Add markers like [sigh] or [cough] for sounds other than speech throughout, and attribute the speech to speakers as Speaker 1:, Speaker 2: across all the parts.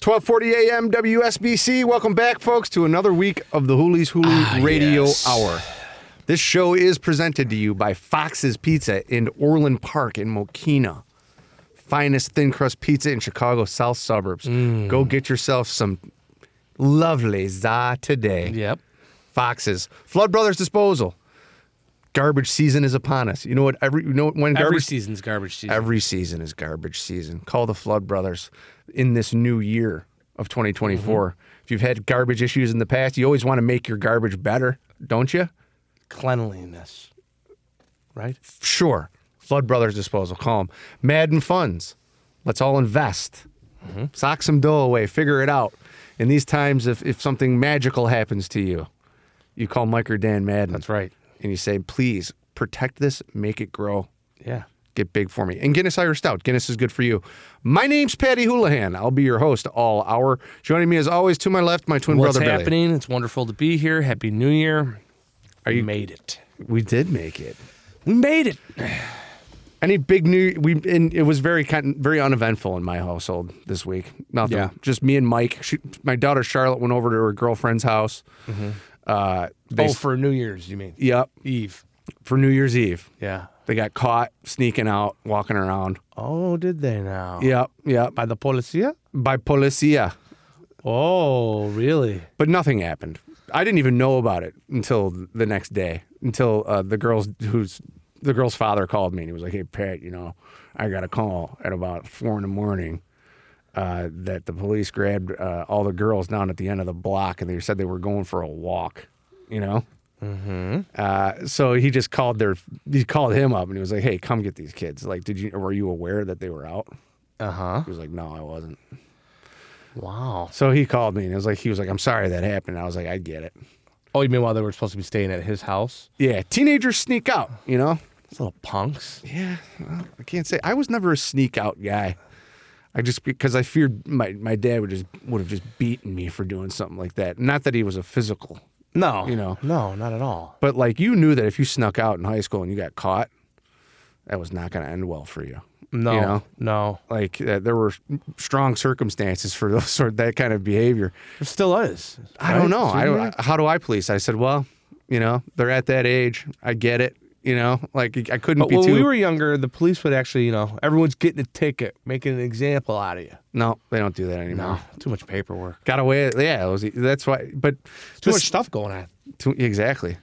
Speaker 1: 12:40 a.m. WSBC. Welcome back, folks, to another week of the Hoolies Hulu Radio
Speaker 2: Ah, yes.
Speaker 1: Hour. This show is presented to you by Fox's Pizza in Orland Park in Mokina. Finest thin crust pizza in Chicago's south suburbs.
Speaker 2: Mm.
Speaker 1: Go get yourself some lovely za today.
Speaker 2: Yep.
Speaker 1: Foxes. Flood Brothers Disposal. Garbage season is upon us. You know what? Every you know when garbage
Speaker 2: Every season's garbage season.
Speaker 1: Every season is garbage season. Call the Flood Brothers in this new year of 2024.
Speaker 2: Mm-hmm.
Speaker 1: If you've had garbage issues in the past, you always want to make your garbage better, don't you?
Speaker 2: Cleanliness. Right?
Speaker 1: Sure. Flood Brothers Disposal. Call them. Madden Funds. Let's all invest.
Speaker 2: Mm-hmm.
Speaker 1: Sock some dough away. Figure it out. In these times, if, if something magical happens to you, you call Mike or Dan Madden.
Speaker 2: That's right.
Speaker 1: And you say, please protect this, make it grow.
Speaker 2: Yeah.
Speaker 1: get big for me. And Guinness Irish Stout. Guinness is good for you. My name's Patty Houlihan. I'll be your host all hour. Joining me as always to my left, my twin
Speaker 2: What's
Speaker 1: brother Billy.
Speaker 2: happening? It's wonderful to be here. Happy New Year. Are you made it?
Speaker 1: We did make it.
Speaker 2: We made it.
Speaker 1: Any big new we and it was very kind very uneventful in my household this week. Nothing.
Speaker 2: Yeah.
Speaker 1: Just me and Mike. She, my daughter Charlotte went over to her girlfriend's house. Uh, they,
Speaker 2: oh, for New Year's, you mean?
Speaker 1: yep,
Speaker 2: Eve.
Speaker 1: for New Year's Eve.
Speaker 2: Yeah.
Speaker 1: They got caught sneaking out, walking around.
Speaker 2: Oh, did they now?
Speaker 1: Yep, yep.
Speaker 2: By the policia?
Speaker 1: By policia.
Speaker 2: Oh, really?
Speaker 1: but nothing happened. I didn't even know about it until the next day. Until uh, the girls who's the girl's father called me and he was like, "Hey Pat, you know, I got a call at about four in the morning uh, that the police grabbed uh, all the girls down at the end of the block and they said they were going for a walk." You know. Mm-hmm. Uh, so he just called their he called him up and he was like, "Hey, come get these kids. Like, did you were you aware that they were out?"
Speaker 2: Uh huh.
Speaker 1: He was like, "No, I wasn't."
Speaker 2: Wow.
Speaker 1: So he called me and it was like he was like, "I'm sorry that happened." I was like, "I get it."
Speaker 2: Oh, you mean while they were supposed to be staying at his house?
Speaker 1: Yeah, teenagers sneak out, you know?
Speaker 2: Those little punks.
Speaker 1: Yeah, well, I can't say. I was never a sneak out guy. I just because I feared my, my dad would just would have just beaten me for doing something like that. Not that he was a physical,
Speaker 2: No.
Speaker 1: You know.
Speaker 2: No, not at all.
Speaker 1: but like you knew that if you snuck out in high school and you got caught, that was not going to end well for you.
Speaker 2: No.
Speaker 1: You know?
Speaker 2: No.
Speaker 1: Like uh, there were strong circumstances for [laughs] those sort that kind of behavior.
Speaker 2: There still is.
Speaker 1: I don't
Speaker 2: right?
Speaker 1: know. I
Speaker 2: Shouldn't
Speaker 1: don't, how do I police? I said, well, you know, they're at that age. I get it. You know, like I couldn't
Speaker 2: But
Speaker 1: be
Speaker 2: when
Speaker 1: too.
Speaker 2: we were younger, the police would actually, you know, everyone's getting a ticket, making an example out of you.
Speaker 1: No, they don't do that anymore.
Speaker 2: too much paperwork.
Speaker 1: Got away. Yeah, it was, that's why. But
Speaker 2: Too
Speaker 1: this-
Speaker 2: much stuff going on.
Speaker 1: too- exactly.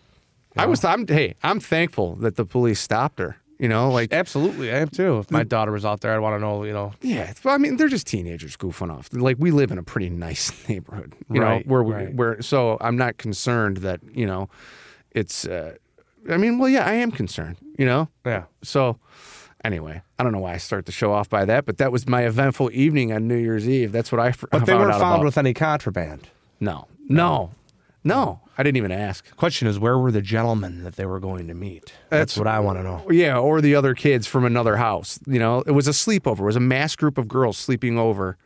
Speaker 1: I was. I'm. Hey, I'm thankful that the police stopped her. You know, like
Speaker 2: Absolutely, I am too. If my daughter was out there, I'd want to know, you know.
Speaker 1: yeah. it's- Well, I mean, they're just teenagers goofing off. Like we live in a pretty nice [laughs] neighborhood. You
Speaker 2: Right,
Speaker 1: know, where we
Speaker 2: right.
Speaker 1: where. So I'm not concerned that you know, it's. Uh, I mean, well, yeah, I am concerned. You know.
Speaker 2: Yeah.
Speaker 1: So. Anyway, I don't know why I start the show off by that, but that was my eventful evening on New Year's Eve. That's what I. fr-
Speaker 2: But they
Speaker 1: found
Speaker 2: weren't
Speaker 1: out
Speaker 2: found
Speaker 1: about.
Speaker 2: with any contraband.
Speaker 1: No, no, no. I didn't even ask.
Speaker 2: Question is, where were the gentlemen that they were going to meet? That's,
Speaker 1: That's-
Speaker 2: what I want to know.
Speaker 1: Yeah, or the other kids from another house. You know, it was a sleepover. It was a mass group of girls sleeping over,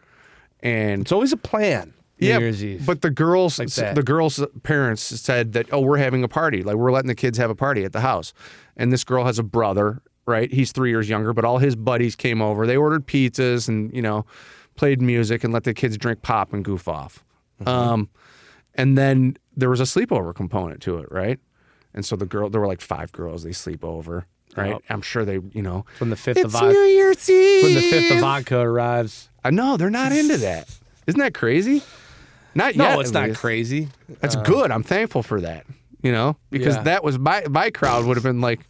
Speaker 1: and
Speaker 2: It's always a plan. New
Speaker 1: yeah,
Speaker 2: Year's Eve.
Speaker 1: but the girls,
Speaker 2: that.
Speaker 1: the girls' parents said that, oh, we're having a party. Like we're letting the kids have a party at the house, and this girl has a brother. Right, he's three years younger, but all his buddies came over. They ordered pizzas and you know, played music and let the kids drink pop and goof off.
Speaker 2: Mm-hmm.
Speaker 1: Um, and then there was a sleepover component to it, right? And so the girl, there were like five girls. They sleep over, right?
Speaker 2: Yep.
Speaker 1: I'm sure they, you know,
Speaker 2: When the fifth
Speaker 1: it's
Speaker 2: of vodka,
Speaker 1: New Year's Eve.
Speaker 2: when the fifth of vodka arrives.
Speaker 1: I know they're not
Speaker 2: [laughs]
Speaker 1: into that. Isn't that crazy? Not yet.
Speaker 2: no, it's
Speaker 1: at
Speaker 2: not
Speaker 1: least.
Speaker 2: crazy.
Speaker 1: That's good. I'm thankful for that. You know, because
Speaker 2: Yeah.
Speaker 1: that was my my crowd would have been like,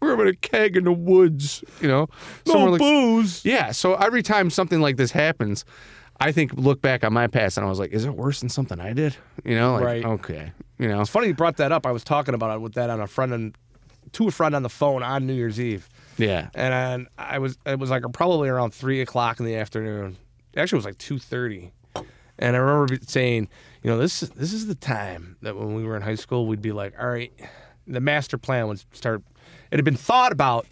Speaker 1: we're having a keg in the woods. You know, somewhere like-
Speaker 2: booze.
Speaker 1: yeah. So every time something like this happens, I think look back on my past and I was like, is it worse than something I did? You know, like
Speaker 2: Right.
Speaker 1: okay, you know,
Speaker 2: It's funny you brought that up. I was talking about it with that on a friend and to a friend on the phone on New Year's Eve.
Speaker 1: yeah.
Speaker 2: and I was it was like probably around three o'clock in the afternoon. Actually, it was like two thirty, and I remember be- saying, you know, this this is the time that when we were in high school, we'd be like, all right, the master plan would start. It had been thought about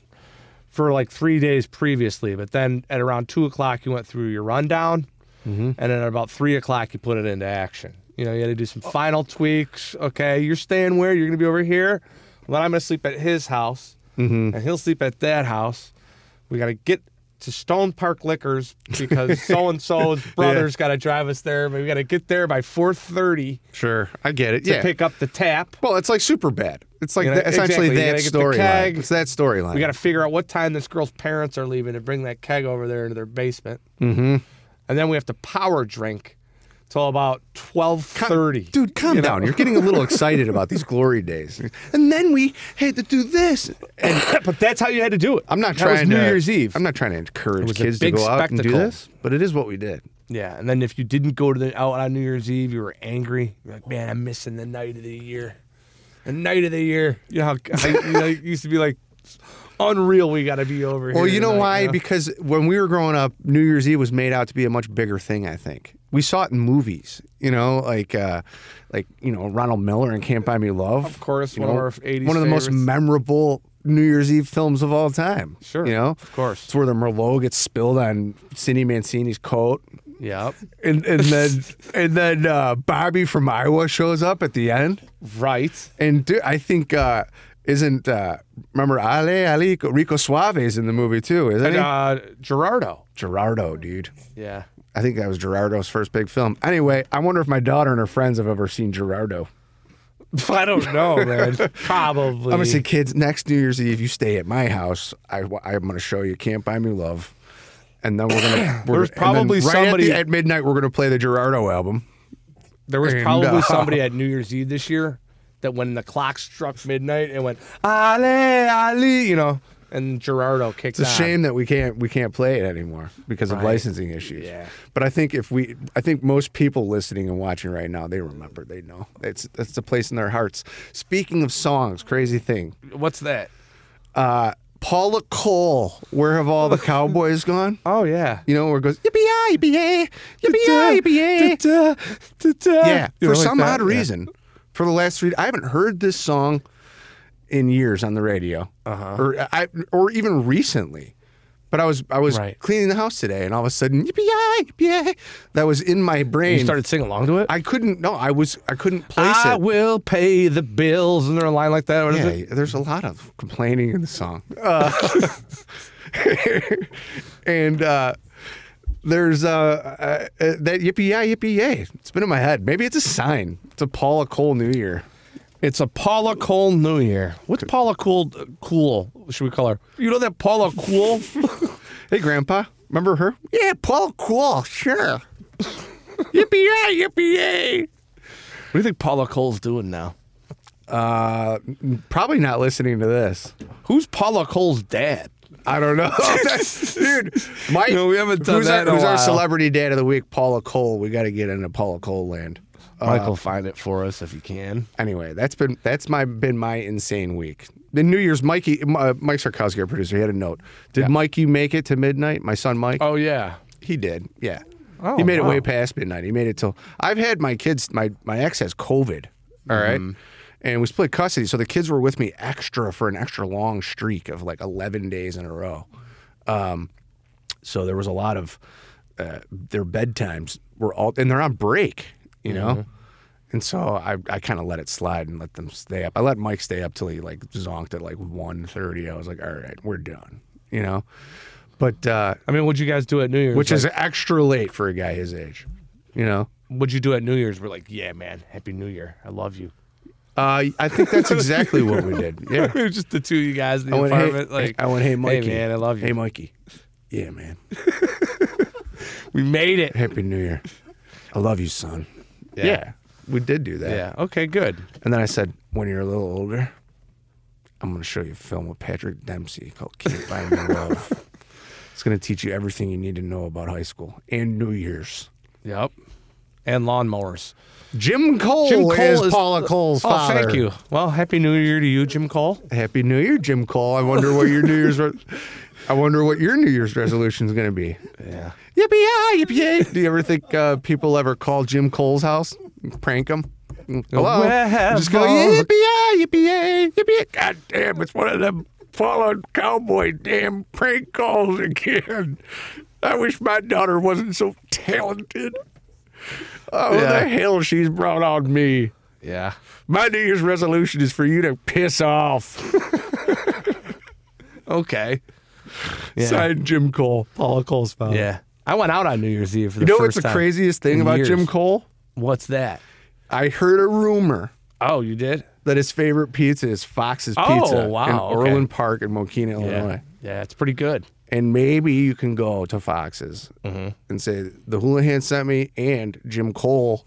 Speaker 2: for like three days previously, but then at around two o'clock, you went through your rundown, and then at about three o'clock, you put it into action. You know, you had to do some final tweaks. Okay, you're staying where you're going to be over here. Well, I'm going to sleep at his house, and he'll sleep at that house. We got to get to Stone Park Liquors because so and so's brother's got to drive us there. But we got to get there by four thirty
Speaker 1: Sure, I get it.
Speaker 2: to
Speaker 1: Yeah.
Speaker 2: pick up the tap.
Speaker 1: well, it's like super bad. It's like
Speaker 2: You know,
Speaker 1: that, essentially
Speaker 2: exactly. You
Speaker 1: that
Speaker 2: gotta get the
Speaker 1: storyline.
Speaker 2: keg.
Speaker 1: It's that storyline.
Speaker 2: We got to figure out what time this girl's parents are leaving to bring that keg over there into their basement. Mm-hmm. And then we have to power drink till about twelve thirty.
Speaker 1: Dude, calm down. You're getting a [laughs] little excited about these glory days. And then we had to do this. And
Speaker 2: [coughs] but that's how you had to do it.
Speaker 1: I'm not
Speaker 2: That was
Speaker 1: trying
Speaker 2: New
Speaker 1: to
Speaker 2: Year's Eve.
Speaker 1: I'm not trying to encourage
Speaker 2: was a
Speaker 1: kids to
Speaker 2: big
Speaker 1: go out and do
Speaker 2: spectacle.
Speaker 1: this, but it is what we did.
Speaker 2: Yeah, and then if you didn't go to the out on New Year's Eve, you were angry. You're like, man, I'm missing the night of the year, the night of the year. You know how I, you know, it used to be like unreal. We got to be over here.
Speaker 1: Well, you know
Speaker 2: tonight,"
Speaker 1: why? Because when we were growing up, New Year's Eve was made out to be a much bigger thing. I think we saw it in movies. You know, like uh, like you know Ronald Miller and Can't Buy Me Love. Of
Speaker 2: course, one of our 80s
Speaker 1: one of the most
Speaker 2: favorites.
Speaker 1: memorable New Year's Eve films of all time.
Speaker 2: Sure,
Speaker 1: you know,
Speaker 2: of course.
Speaker 1: it's where the Merlot gets spilled on Cindy Mancini's coat.
Speaker 2: Yep.
Speaker 1: And, and
Speaker 2: [laughs]
Speaker 1: then and then uh, Bobby from Iowa shows up at the end.
Speaker 2: Right.
Speaker 1: And dude, I think uh, isn't uh, remember Ale Ali Rico Suave's in the movie too, isn't
Speaker 2: And
Speaker 1: he?
Speaker 2: uh, Gerardo.
Speaker 1: Gerardo, dude.
Speaker 2: Yeah.
Speaker 1: I think that was Gerardo's first big film. Anyway, I wonder if my daughter and her friends have ever seen Gerardo.
Speaker 2: [laughs] I don't know,
Speaker 1: [laughs]
Speaker 2: man. Probably.
Speaker 1: I'm gonna say, kids, next New Year's Eve, you stay at my house. I, am gonna show you Can't Buy Me Love, and then we're
Speaker 2: [coughs]
Speaker 1: gonna. We're
Speaker 2: There's
Speaker 1: gonna- and then
Speaker 2: probably
Speaker 1: right at the-
Speaker 2: somebody-
Speaker 1: at, midnight. We're gonna play the Gerardo album.
Speaker 2: there was
Speaker 1: And,
Speaker 2: probably
Speaker 1: uh,
Speaker 2: somebody at New Year's Eve this year that when the clock struck midnight and went Ali Ali, you know, and Gerardo kicked.
Speaker 1: It's a shame that we can't we can't play it anymore because of licensing issues.
Speaker 2: Yeah.
Speaker 1: But I think if we, I think most people listening and watching right now, they remember, they know it's that's the place in their hearts. Speaking of songs, crazy thing.
Speaker 2: What's that?
Speaker 1: uh, Paula Cole, Where Have All the Cowboys Gone?
Speaker 2: Oh yeah.
Speaker 1: You know, where it goes, yippee yippee yippee Yeah, for some odd reason, for the last three, I haven't heard this song in years on the radio, uh-huh. or I, or even recently. But I was I was
Speaker 2: Right.
Speaker 1: cleaning the house today, and all of a sudden, yippee yippee, that was in my brain.
Speaker 2: You started singing along to it.
Speaker 1: I couldn't. No, I was I couldn't place it.
Speaker 2: will pay the bills, and they're a line like that. What is
Speaker 1: Yeah,
Speaker 2: it?
Speaker 1: there's a lot of complaining in the song. Uh, [laughs] and uh, there's uh, uh, uh, that yippee yay, yippee yay. It's been in my head. Maybe it's a sign. It's a Paula Cole New Year.
Speaker 2: It's a Paula Cole New Year. What's Paula Cool? Cool? Should we call her? You know that Paula
Speaker 1: [laughs]
Speaker 2: Cool?
Speaker 1: Hey, Grandpa, remember her? Yeah, Paula Cole, [laughs] sure. yippee yay, yippee yay.
Speaker 2: What do you think Paula Cole's doing now?
Speaker 1: Uh, probably not listening to this.
Speaker 2: Who's Paula Cole's dad?
Speaker 1: I don't know, [laughs] That's- dude. Mike,
Speaker 2: No, we haven't done
Speaker 1: who's
Speaker 2: that
Speaker 1: Our,
Speaker 2: in a
Speaker 1: who's our
Speaker 2: while.
Speaker 1: celebrity dad of the week? Paula Cole. We got to get into Paula Cole land. Uh,
Speaker 2: Michael, find it for us if you can.
Speaker 1: anyway, that's been that's my been my insane week. The New Year's, Mikey, uh, Mike Sarkowski, our producer, he had a note. Did Mikey make it to midnight? My son Mike,
Speaker 2: Oh yeah.
Speaker 1: he did. Yeah,
Speaker 2: Oh,
Speaker 1: he made it
Speaker 2: wow.
Speaker 1: way past midnight. He made it till I've had my kids. My my ex has COVID. All right.
Speaker 2: Mm-hmm.
Speaker 1: And we split custody, so the kids were with me extra for an extra long streak of like eleven days in a row. Um, So there was a lot of uh, their bedtimes were all, and they're on break, you know.
Speaker 2: Mm-hmm.
Speaker 1: And so I, I kind of let it slide and let them stay up. I let Mike stay up till he like zonked at like 1.30. I was like, all right, we're done, you know. But uh,
Speaker 2: I mean, what'd you guys do at New Year's?
Speaker 1: which
Speaker 2: Like,
Speaker 1: is extra late for a guy his age, you know.
Speaker 2: what'd you do at New Year's? We're like, yeah, man, Happy New Year. I love you. [laughs]
Speaker 1: Uh, I think that's exactly what we did. Yeah.
Speaker 2: [laughs] it was just the two of you guys in the
Speaker 1: I went, hey,
Speaker 2: apartment. like
Speaker 1: I went, hey, Mikey.
Speaker 2: man, I love you.
Speaker 1: Hey, Mikey. Yeah, man.
Speaker 2: we made it.
Speaker 1: Happy New Year. I love you, son.
Speaker 2: Yeah.
Speaker 1: we did do that.
Speaker 2: Yeah. Okay. Good.
Speaker 1: And then I said, when you're a little older, I'm going to show you a film with Patrick Dempsey called Can't Buy Me
Speaker 2: [laughs]
Speaker 1: Love. It's going to teach you everything you need to know about high school and New Year's.
Speaker 2: Yep. And lawnmowers.
Speaker 1: Jim Cole,
Speaker 2: Jim Cole
Speaker 1: is,
Speaker 2: is-
Speaker 1: Paula Cole's
Speaker 2: Oh,
Speaker 1: father.
Speaker 2: thank you. Well, happy New Year to you, Jim Cole.
Speaker 1: Happy New Year, Jim Cole. I wonder what your New Year's re- I wonder what your New Year's resolution is going to be.
Speaker 2: Yeah.
Speaker 1: Yippee-yi, yippee Do you ever think uh, people ever call Jim Cole's house, and prank him? Hello?
Speaker 2: Well,
Speaker 1: Just go,
Speaker 2: well.
Speaker 1: yippee-yi, yippee yippee God damn, it's one of them fallen cowboy damn prank calls again. I wish my daughter wasn't so talented. Oh,
Speaker 2: Yeah.
Speaker 1: the hell she's brought on me.
Speaker 2: Yeah.
Speaker 1: My New Year's resolution is for you to piss off.
Speaker 2: Okay. Yeah.
Speaker 1: Signed Jim Cole, Paula Cole's father.
Speaker 2: Yeah. I went out on New Year's Eve for the
Speaker 1: Um, You know what's
Speaker 2: first
Speaker 1: the
Speaker 2: time.
Speaker 1: craziest thing
Speaker 2: in
Speaker 1: about Jim
Speaker 2: years.
Speaker 1: Cole?
Speaker 2: What's that?
Speaker 1: I heard a rumor
Speaker 2: Oh, you did?
Speaker 1: that his favorite pizza is Fox's
Speaker 2: Oh,
Speaker 1: Pizza in
Speaker 2: wow, okay.
Speaker 1: Orland Park in Mokina,
Speaker 2: Yeah.
Speaker 1: Illinois.
Speaker 2: Yeah, it's pretty good.
Speaker 1: And maybe you can go to Fox's
Speaker 2: Mm-hmm.
Speaker 1: and say, the Houlihan sent me and Jim Cole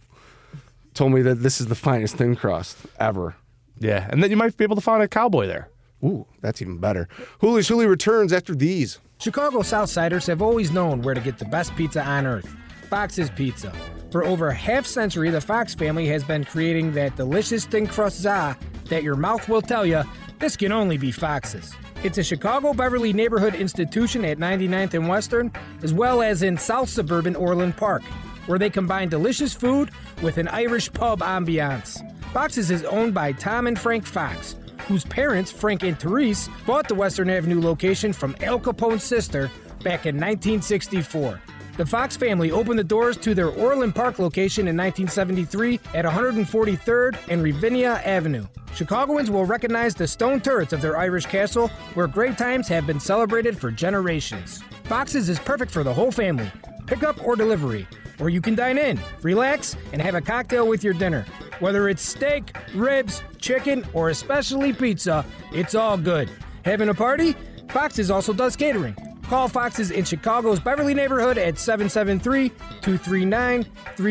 Speaker 1: told me that this is the finest thin crust ever.
Speaker 2: Yeah. And then you might be able to find a cowboy there.
Speaker 1: Ooh, that's even better. Hooli's Hooli returns after these.
Speaker 3: Chicago Southsiders have always known where to get the best pizza on earth Fox's Pizza. For over a half century, the Fox family has been creating that delicious thin crust za that your mouth will tell you this can only be Fox's. It's a Chicago Beverly neighborhood institution at 99th and Western, as well as in South Suburban Orland Park, where they combine delicious food with an Irish pub ambiance. Fox's is owned by Tom and Frank Fox, whose parents, Frank and Therese, bought the Western Avenue location from Al Capone's sister back in 1964. The Fox family opened the doors to their Orland Park location in 1973 at 143rd and Ravinia Avenue. Chicagoans will recognize the stone turrets of their Irish castle, where great times have been celebrated for generations. Fox's is perfect for the whole family, pickup or delivery, or you can dine in, relax, and have a cocktail with your dinner. Whether it's steak, ribs, chicken, or especially pizza, it's all good. Having a party? Fox's also does catering. Call Fox's in Chicago's Beverly neighborhood at 773 239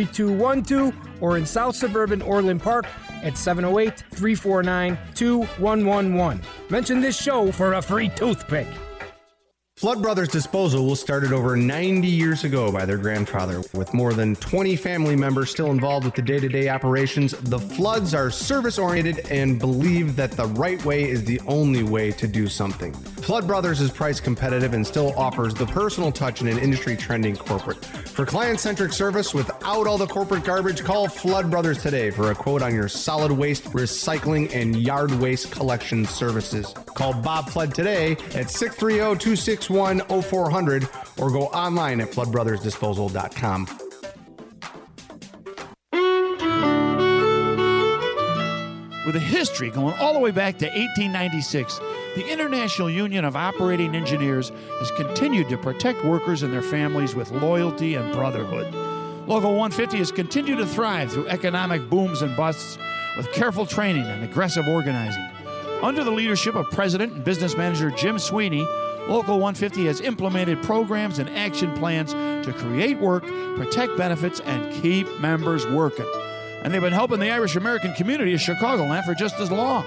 Speaker 3: 3212 or in South Suburban Orland Park at 708 349 2111. Mention this show for a free toothpick.
Speaker 1: Flood Brothers Disposal was started over 90 years ago by their grandfather. With more than 20 family members still involved with the day to day operations, the Floods are service oriented and believe that the right way is the only way to do something. Flood Brothers is price competitive and still offers the personal touch in an industry trending corporate. For client centric service without all the corporate garbage, call Flood Brothers today for a quote on your solid waste, recycling, and yard waste collection services. Call Bob Flood today at oh, 630 261 0400 or go online at floodbrothersdisposal.com.
Speaker 4: With a history going all the way back to 1896, the International Union of Operating Engineers has continued to protect workers and their families with loyalty and brotherhood. Local 150 has continued to thrive through economic booms and busts with careful training and aggressive organizing. Under the leadership of President and Business Manager Jim Sweeney, Local 150 has implemented programs and action plans to create work, protect benefits, and keep members working and they've been helping the Irish American community of Chicagoland for just as long.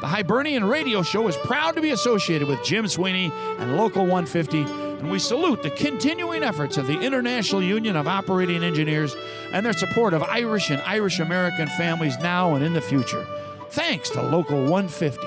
Speaker 4: The Hibernian Radio Show is proud to be associated with Jim Sweeney and Local 150, and we salute the continuing efforts of the International Union of Operating Engineers and their support of Irish and Irish American families now and in the future. Thanks to Local 150.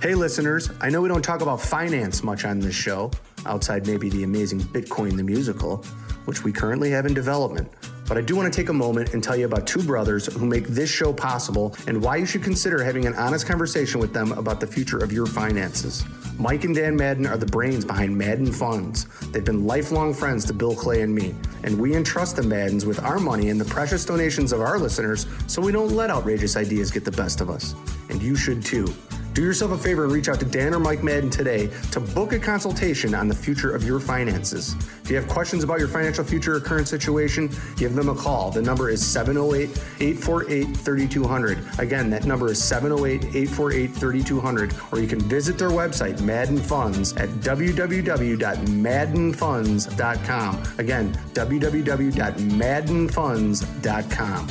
Speaker 5: Hey, listeners, I know we don't talk about finance much on this show, outside maybe the amazing Bitcoin the Musical, which we currently have in development. But I do want to take a moment and tell you about two brothers who make this show possible and why you should consider having an honest conversation with them about the future of your finances. Mike and Dan Madden are the brains behind Madden Funds. They've been lifelong friends to Bill Clay and me, and we entrust the Maddens with our money and the precious donations of our listeners so we don't let outrageous ideas get the best of us. And you should too. Do yourself a favor and reach out to Dan or Mike Madden today to book a consultation on the future of your finances. If you have questions about your financial future or current situation, give them a call. The number is 708 848 3200. Again, that number is 708 848 3200, or you can visit their website, Madden Funds, at www.maddenfunds.com. Again, www.maddenfunds.com.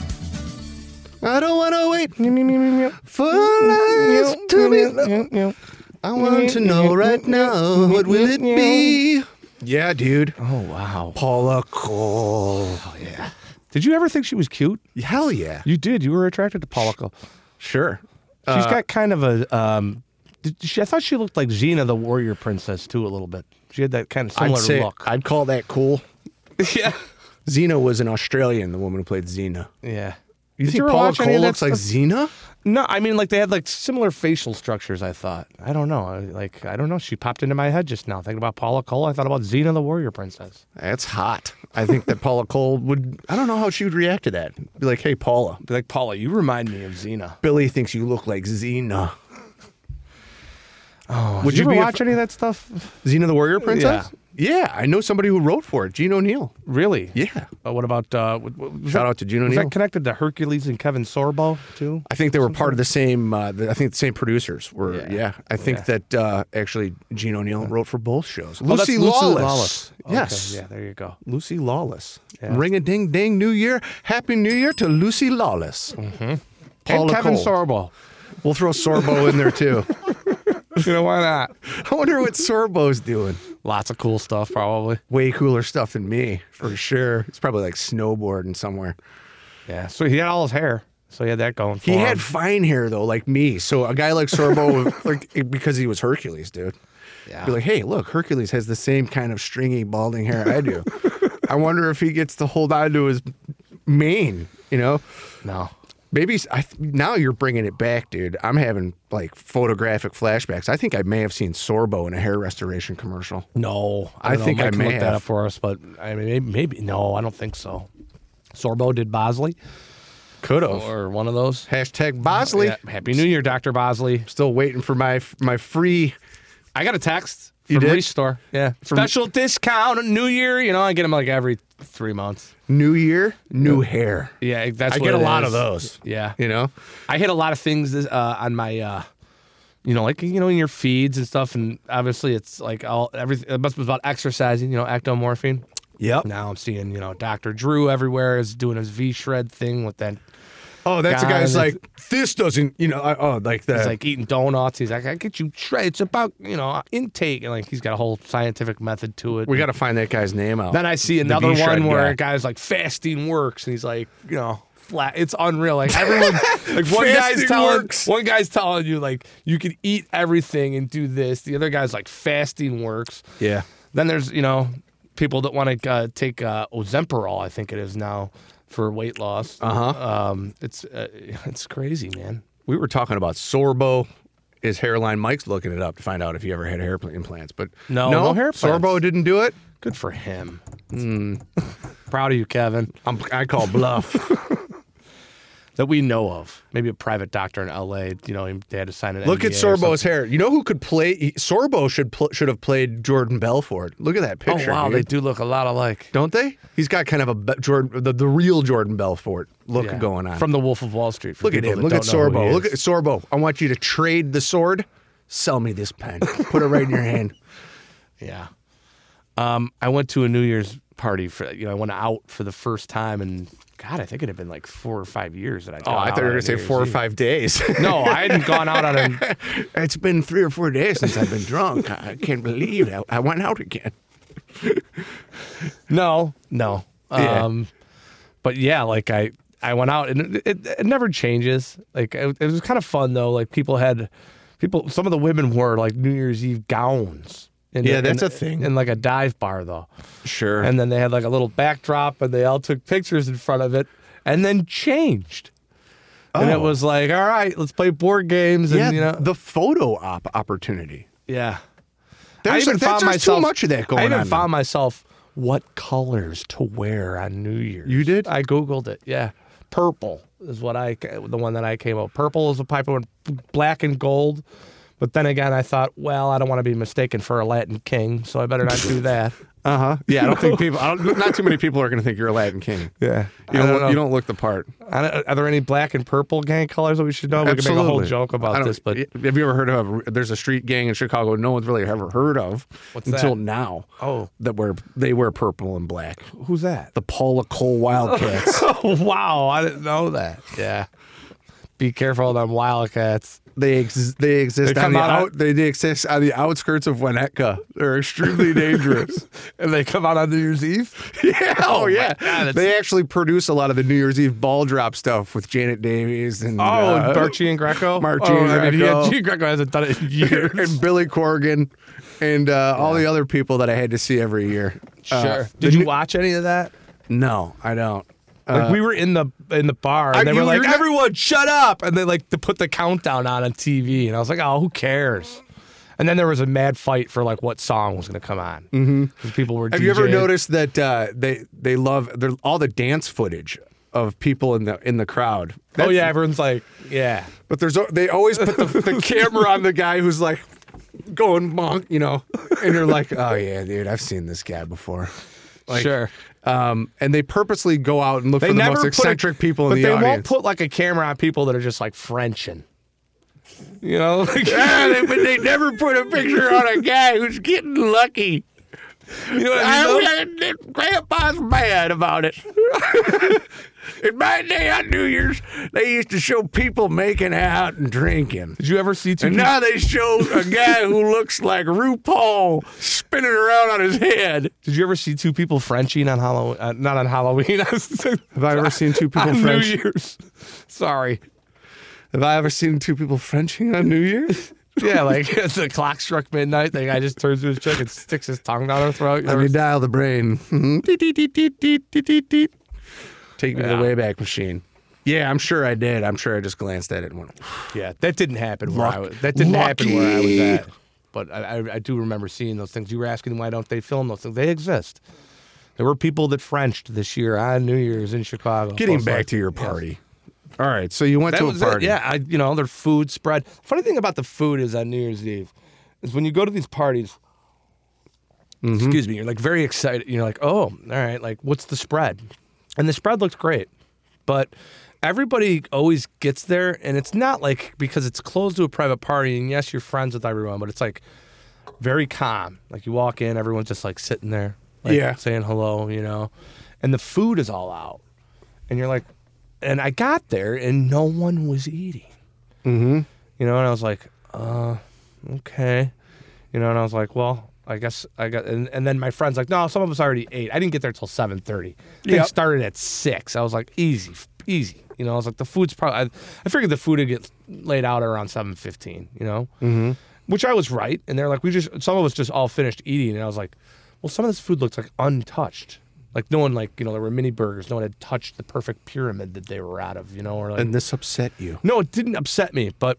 Speaker 1: I don't want to wait for life to be. I want to know right now what will it be? Yeah, dude. Oh,
Speaker 2: Oh, wow.
Speaker 1: Paula Cole.
Speaker 2: Did you ever think she was cute?
Speaker 1: Hell yeah.
Speaker 2: You did. You were attracted to Paula. Cole.
Speaker 1: Sure.
Speaker 2: She's
Speaker 1: Uh,
Speaker 2: got kind of a. Um, did she, I thought she looked like Xena, the warrior princess, too, a little bit. She had that kind of similar
Speaker 1: I'd say
Speaker 2: look.
Speaker 1: I'd call that [laughs] cool.
Speaker 2: yeah.
Speaker 1: Xena was an Australian, the woman who played Xena.
Speaker 2: Yeah.
Speaker 1: You
Speaker 2: Did
Speaker 1: think
Speaker 2: ever
Speaker 1: Paula
Speaker 2: watch any
Speaker 1: Cole
Speaker 2: of that
Speaker 1: looks like
Speaker 2: stuff?
Speaker 1: Xena?
Speaker 2: No, I mean like they had like similar facial structures. I thought. I don't know. I, like I don't know. She popped into my head just now. Thinking about Paula Cole, I thought about Xena the Warrior Princess.
Speaker 1: That's hot. I think that Paula Cole would. I don't know how she would react to that. Be like, hey, Paula,
Speaker 2: Be like Paula, you remind me of Xena.
Speaker 1: Billy thinks you look like Xena.
Speaker 2: Oh,
Speaker 1: Would
Speaker 2: did
Speaker 1: you
Speaker 2: you, ever
Speaker 1: be a
Speaker 2: watch
Speaker 1: fr-
Speaker 2: any of that stuff?
Speaker 1: Xena the Warrior Princess? Yeah. I know somebody who wrote for it, Gene O'Neill.
Speaker 2: Really?
Speaker 1: Yeah.
Speaker 2: Uh, what about uh, what, what, was
Speaker 1: Shout
Speaker 2: that-
Speaker 1: out to Gene
Speaker 2: Was
Speaker 1: O'Neill.
Speaker 2: that connected to Hercules and Kevin Sorbo too?
Speaker 1: I think they were part of the same. Uh, the, I think the same producers were. Yeah,
Speaker 2: Yeah.
Speaker 1: I think
Speaker 2: Yeah.
Speaker 1: that uh, actually Gene O'Neill wrote for both shows.
Speaker 2: Oh, that's
Speaker 1: Lucy Lawless.
Speaker 2: Okay,
Speaker 1: Yes.
Speaker 2: Yeah. There you go.
Speaker 1: Lucy Lawless.
Speaker 2: Yeah.
Speaker 1: Ring a ding ding New Year. Happy New Year to Lucy Lawless. Paula
Speaker 2: Mm-hmm. and Kevin
Speaker 1: Cole.
Speaker 2: Sorbo.
Speaker 1: We'll throw Sorbo in there too.
Speaker 2: [laughs]
Speaker 1: [laughs]
Speaker 2: you know why not?
Speaker 1: I wonder what Sorbo's doing.
Speaker 2: Lots of cool stuff probably.
Speaker 1: Way cooler stuff than me, for sure. He's probably like snowboarding somewhere.
Speaker 2: Yeah. So he had all his hair. So he had that going. For
Speaker 1: He
Speaker 2: him.
Speaker 1: had fine hair though, like me. So a guy like Sorbo,
Speaker 2: [laughs]
Speaker 1: would- like because he was Hercules, dude.
Speaker 2: Yeah.
Speaker 1: Be like, hey, look, Hercules has the same kind of stringy, balding hair I
Speaker 2: [laughs]
Speaker 1: do. I wonder if he gets to hold on to his mane. You know,
Speaker 2: no.
Speaker 1: maybe s- I th- now you're bringing it back, dude. I'm having like photographic flashbacks. I think I may have seen Sorbo in a hair restoration commercial.
Speaker 2: No,
Speaker 1: I
Speaker 2: don't know.
Speaker 1: think I
Speaker 2: Mike can
Speaker 1: may
Speaker 2: look
Speaker 1: have.
Speaker 2: that up for us, but I mean, maybe, maybe no, I don't think so. Sorbo did Bosley
Speaker 1: Could have.
Speaker 2: or one of those.
Speaker 1: Hashtag Bosley.
Speaker 2: Yeah, Happy New Year, Doctor Bosley.
Speaker 1: Still waiting for my my free.
Speaker 2: I got a text from
Speaker 1: You did?
Speaker 2: Restore. Yeah, special discount New Year. You know, I get them like every three months.
Speaker 1: New year, new hair.
Speaker 2: Yeah, that's
Speaker 1: I
Speaker 2: what
Speaker 1: get a
Speaker 2: it
Speaker 1: lot
Speaker 2: is.
Speaker 1: of those.
Speaker 2: Yeah,
Speaker 1: You know,
Speaker 2: I hit a lot of things this, uh, on my, uh, you know, like you know, in your feeds and stuff. And obviously, it's like all everything. It must be about exercising. You know, ectomorphine.
Speaker 1: Yep.
Speaker 2: Now I'm seeing you know Dr. Drew everywhere is doing his V shred thing with that.
Speaker 1: Oh, that's a
Speaker 2: God,
Speaker 1: guy who's
Speaker 2: that's-
Speaker 1: like, this doesn't, you know, I, oh, like that.
Speaker 2: He's like eating donuts. He's like, I get you shred. It's about you know intake and like he's got a whole scientific method to it.
Speaker 1: we got to find that guy's name out.
Speaker 2: Then I see another
Speaker 1: V-shred
Speaker 2: one where
Speaker 1: guy.
Speaker 2: a guy's like fasting works, and he's like, you know, flat. It's unreal.
Speaker 1: [laughs]
Speaker 2: Like everyone, like one guy's
Speaker 1: Fasting
Speaker 2: telling
Speaker 1: works.
Speaker 2: one guy's telling you like you can eat everything and do this. The other guy's like fasting works.
Speaker 1: yeah.
Speaker 2: Then there's you know people that want to uh, take uh, Ozempiral, I think it is now for weight loss. Uh huh.
Speaker 1: Uh-huh.
Speaker 2: Um, it's uh, [laughs] it's crazy, man.
Speaker 1: We were talking about Sorbo. His hairline. Mike's looking it up to find out if he ever had hair pl- implants, but
Speaker 2: No, no hair
Speaker 1: Sorbo
Speaker 2: plants.
Speaker 1: didn't do it.
Speaker 2: Good for him. [laughs] Proud of you, Kevin.
Speaker 1: Hmm. I'm, I call
Speaker 2: [laughs]
Speaker 1: bluff.
Speaker 2: That we know of. Maybe a private doctor in L.A. You know, he- they had to sign an.
Speaker 1: Look at
Speaker 2: NDA or
Speaker 1: Sorbo's hair. You know who could play? he- Sorbo should pl- should have played Jordan Belfort. Look at that
Speaker 2: something.
Speaker 1: picture.
Speaker 2: Oh wow,
Speaker 1: dude.
Speaker 2: they do look a lot alike.
Speaker 1: don't they? He's got kind of a Be- Jordan, the, the real Jordan Belfort look
Speaker 2: Yeah.
Speaker 1: going on.
Speaker 2: from the Wolf of Wall Street. for
Speaker 1: look at
Speaker 2: people
Speaker 1: him.
Speaker 2: that
Speaker 1: Look at
Speaker 2: don't know who
Speaker 1: Sorbo.
Speaker 2: he
Speaker 1: Look at
Speaker 2: is.
Speaker 1: Sorbo. I want you to trade the sword. Sell me this pen. Put it right in your
Speaker 2: [laughs]
Speaker 1: hand.
Speaker 2: Yeah. Um, I went to a New Year's party for you know I went out for the first time and God I think it had been like four or five years that I.
Speaker 1: Oh, I thought you were gonna say four or five days.
Speaker 2: No, I hadn't gone out on a.
Speaker 1: [laughs] it's been three or four days since I've been drunk. I can't believe I, I went out again.
Speaker 2: No, no.
Speaker 1: Yeah.
Speaker 2: Um, but yeah, like I, I went out and it, it, it never changes. Like it, it was kind of fun though. Like people had, people, some of the women wore like New Year's Eve gowns. In
Speaker 1: Yeah,
Speaker 2: in-
Speaker 1: that's a thing.
Speaker 2: In like a dive bar though.
Speaker 1: Sure.
Speaker 2: And then they had like a little backdrop and they all took pictures in front of it and then changed. And it
Speaker 1: Oh.
Speaker 2: was like, all right, let's play board games and
Speaker 1: yeah,
Speaker 2: you know
Speaker 1: the photo op opportunity.
Speaker 2: Yeah.
Speaker 1: There's,
Speaker 2: I even
Speaker 1: there's
Speaker 2: found
Speaker 1: just
Speaker 2: myself
Speaker 1: too much of that going
Speaker 2: I even
Speaker 1: on. now.
Speaker 2: found myself what colors to wear on New Year's.
Speaker 1: You did?
Speaker 2: I googled it. Yeah, purple is what I ca- the one that I came up. Purple is a popular one. Black and gold. But then again, I thought, well, I don't want to be mistaken for a Latin king, so I better not
Speaker 1: [laughs]
Speaker 2: do that.
Speaker 1: Uh huh. Yeah, I don't
Speaker 2: [laughs]
Speaker 1: think people. I don't, not too many people are going to think you're a Latin king.
Speaker 2: Yeah.
Speaker 1: You
Speaker 2: I
Speaker 1: don't,
Speaker 2: don't know.
Speaker 1: you don't look the part.
Speaker 2: I don't- are there any black and purple gang colors that we should know? We can make a whole joke
Speaker 1: I
Speaker 2: about
Speaker 1: don't-
Speaker 2: this, but
Speaker 1: have you ever heard of? There's a street gang in Chicago no one's really ever heard of
Speaker 2: What's
Speaker 1: until
Speaker 2: that?
Speaker 1: now.
Speaker 2: Oh.
Speaker 1: that wear they wear purple and black.
Speaker 2: who's that?
Speaker 1: The Paula Cole
Speaker 2: [laughs]
Speaker 1: Wildcats.
Speaker 2: Oh, [laughs] wow, I didn't know that. Yeah. Be careful of them wildcats.
Speaker 1: they ex- they exist
Speaker 2: They
Speaker 1: on
Speaker 2: come
Speaker 1: the
Speaker 2: out
Speaker 1: out,
Speaker 2: on-
Speaker 1: they, they exist on the outskirts of Winnetka. They're
Speaker 2: [laughs]
Speaker 1: extremely dangerous. [laughs]
Speaker 2: And they come out on New Year's Eve?
Speaker 1: Yeah, oh,
Speaker 2: my
Speaker 1: yeah.
Speaker 2: God, that's-
Speaker 1: they actually produce a lot of the New Year's Eve ball drop stuff with Janet Davies and
Speaker 2: [laughs] Oh,
Speaker 1: uh,
Speaker 2: and [laughs] Marchi and Greco?
Speaker 1: Marchi
Speaker 2: oh,
Speaker 1: and
Speaker 2: I mean,
Speaker 1: Greco.
Speaker 2: yeah, Gene Greco hasn't done [laughs] it in years.
Speaker 1: and Billy Corgan and uh, all the other people that I had to see every year. Uh,
Speaker 2: Did you watch any of that?
Speaker 1: no, I don't. Uh,
Speaker 2: Like we were in the in the bar, and
Speaker 1: I-
Speaker 2: they
Speaker 1: you-
Speaker 2: were like,
Speaker 1: you're not-
Speaker 2: "Everyone, shut up!" And they like to put the countdown on on TV, and I was like, "Oh, who cares?" And then there was a mad fight for like what song was going to come on. Mm-hmm. People were.
Speaker 1: Have you ever
Speaker 2: DJing.
Speaker 1: noticed that uh, they they love they're- all the dance footage of people in the in the crowd?
Speaker 2: oh
Speaker 1: That's-
Speaker 2: yeah, everyone's like, "Yeah."
Speaker 1: but there's al- they always put the,
Speaker 2: [laughs]
Speaker 1: the camera on the guy who's like going monk, you know, and you're like, oh yeah, dude, I've seen this guy before. Like,
Speaker 2: sure.
Speaker 1: Um, and they purposely go out and look for the most
Speaker 2: put a-
Speaker 1: eccentric people in
Speaker 2: but
Speaker 1: the
Speaker 2: they
Speaker 1: audience.
Speaker 2: won't put like a camera on people that are just like Frenching. You know, [laughs] like,
Speaker 1: Yeah, they, but they never put a picture on a guy who's getting lucky.
Speaker 2: you know what I mean, though?
Speaker 1: I, I- grandpa's mad about it. [laughs] In my day on New Year's, they used to show people making out and drinking.
Speaker 2: Did you ever see two?
Speaker 1: And
Speaker 2: people-
Speaker 1: now they show a guy who looks like RuPaul spinning around on his head.
Speaker 2: Did you ever see two people Frenching on Halloween? Uh, not on Halloween. [laughs] Have
Speaker 1: [laughs] I ever seen two people
Speaker 2: on
Speaker 1: French-
Speaker 2: New Year's? Sorry.
Speaker 1: Have I ever seen two people Frenching on New Year's?
Speaker 2: Yeah, like [laughs] the clock struck midnight. The guy just turns to his chick and sticks his tongue down her throat.
Speaker 1: Let me dial the brain. [laughs] Deet, deet, deet, deet, deet, deet, deet, deet. Take me to the
Speaker 2: Yeah.
Speaker 1: Wayback Machine. Yeah, I'm sure I did. I'm sure I just glanced at it and went,
Speaker 2: yeah, that didn't happen where I
Speaker 1: Luck-
Speaker 2: was. That didn't happen where I was
Speaker 1: lucky.
Speaker 2: at. But I, I, I do remember seeing those things. You were asking why don't they film those things? They exist. There were people that Frenched this year on New Year's in Chicago.
Speaker 1: getting
Speaker 2: Most
Speaker 1: back
Speaker 2: likely.
Speaker 1: to your
Speaker 2: Yes.
Speaker 1: party. All right, so you went
Speaker 2: That
Speaker 1: to
Speaker 2: was
Speaker 1: a party.
Speaker 2: it. Yeah, I, you know, their food spread. Funny thing about the food is on New Year's Eve is when you go to these parties.
Speaker 1: Mm-hmm.
Speaker 2: Excuse me, you're like very excited. You're like, oh, all right, like what's the spread? And the spread looked great, but everybody always gets there, and it's not like because it's closed to a private party, and yes, you're friends with everyone, but it's like very calm. Like you walk in, everyone's just like sitting there, like,
Speaker 1: Yeah.
Speaker 2: saying hello, you know, and the food is all out, and you're like, and I got there and no one was eating. Mm-hmm. You know, and I was like, uh, okay. You know, and I was like, well, I guess I got. And, and then my friends like, no, some of us already ate. I didn't get there till seven thirty. They
Speaker 1: Yep.
Speaker 2: started at six. I was like, easy, f- easy. You know, I was like, the food's probably. I, I figured the food would get laid out around seven fifteen. You know, mm-hmm. which I was right. And they're like, we just some of us just all finished eating, and I was like, well, some of this food looks like untouched. Like no one like you know there were mini burgers. No one had touched the perfect pyramid that they were out of. You know, or like
Speaker 1: And this upset you.
Speaker 2: no, it didn't upset me, but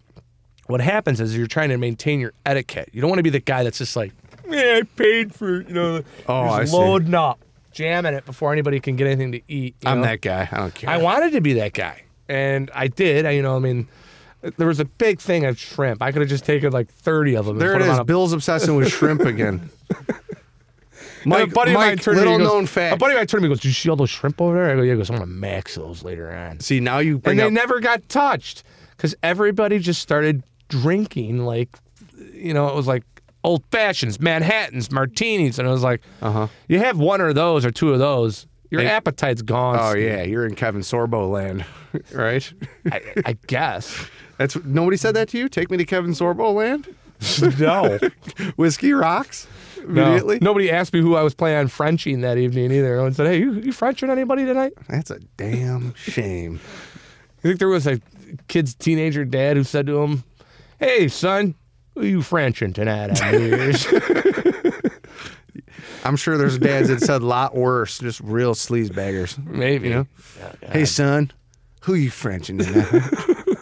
Speaker 2: what happens is you're trying to maintain your etiquette. You don't want to be the guy that's just like, yeah, I paid for, it," you know,
Speaker 1: Oh,
Speaker 2: just
Speaker 1: I see.
Speaker 2: loading up, jamming it before anybody can get anything to eat. you
Speaker 1: I'm
Speaker 2: know?
Speaker 1: that guy. I don't care.
Speaker 2: I wanted to be that guy, and I did. I, you know, I mean, there was a big thing of shrimp. I could have just taken like 30 of them. and
Speaker 1: there
Speaker 2: put
Speaker 1: it
Speaker 2: 'em
Speaker 1: is.
Speaker 2: on a-
Speaker 1: Bill's obsessing with
Speaker 2: [laughs]
Speaker 1: shrimp again.
Speaker 2: And
Speaker 1: Mike,
Speaker 2: a buddy of mine
Speaker 1: Mike,
Speaker 2: turned to me
Speaker 1: little
Speaker 2: and goes-
Speaker 1: known fact.
Speaker 2: A buddy of mine turned to me and goes, "Did you see all those shrimp over there?" I go, "Yeah." He goes, "I'm gonna max those later on."
Speaker 1: See, now you bring
Speaker 2: and they
Speaker 1: up
Speaker 2: never got touched because everybody just started drinking like you know it was like old fashions manhattans martinis and it was like uh-huh. you have one or those or two of those your
Speaker 1: They-
Speaker 2: appetite's gone
Speaker 1: Oh
Speaker 2: Steve.
Speaker 1: yeah, you're in Kevin Sorbo land, [laughs] right?
Speaker 2: I, I
Speaker 1: [laughs]
Speaker 2: guess
Speaker 1: That's nobody said that to you. Take me to Kevin Sorbo land.
Speaker 2: no
Speaker 1: Whiskey rocks
Speaker 2: no
Speaker 1: immediately.
Speaker 2: nobody asked me who i was playing on frenching that evening either everyone said hey you, you frenching anybody tonight
Speaker 1: that's a damn shame.
Speaker 2: You think there was a kid's teenager dad who said to him, "Hey, son, who you Frenching tonight
Speaker 1: [laughs]
Speaker 2: on New Year's?"
Speaker 1: I'm sure there's dads that said a lot worse, just real sleazebaggers.
Speaker 2: [laughs] Maybe.
Speaker 1: You know? hey son, who you Frenching tonight?
Speaker 2: Mm-hmm.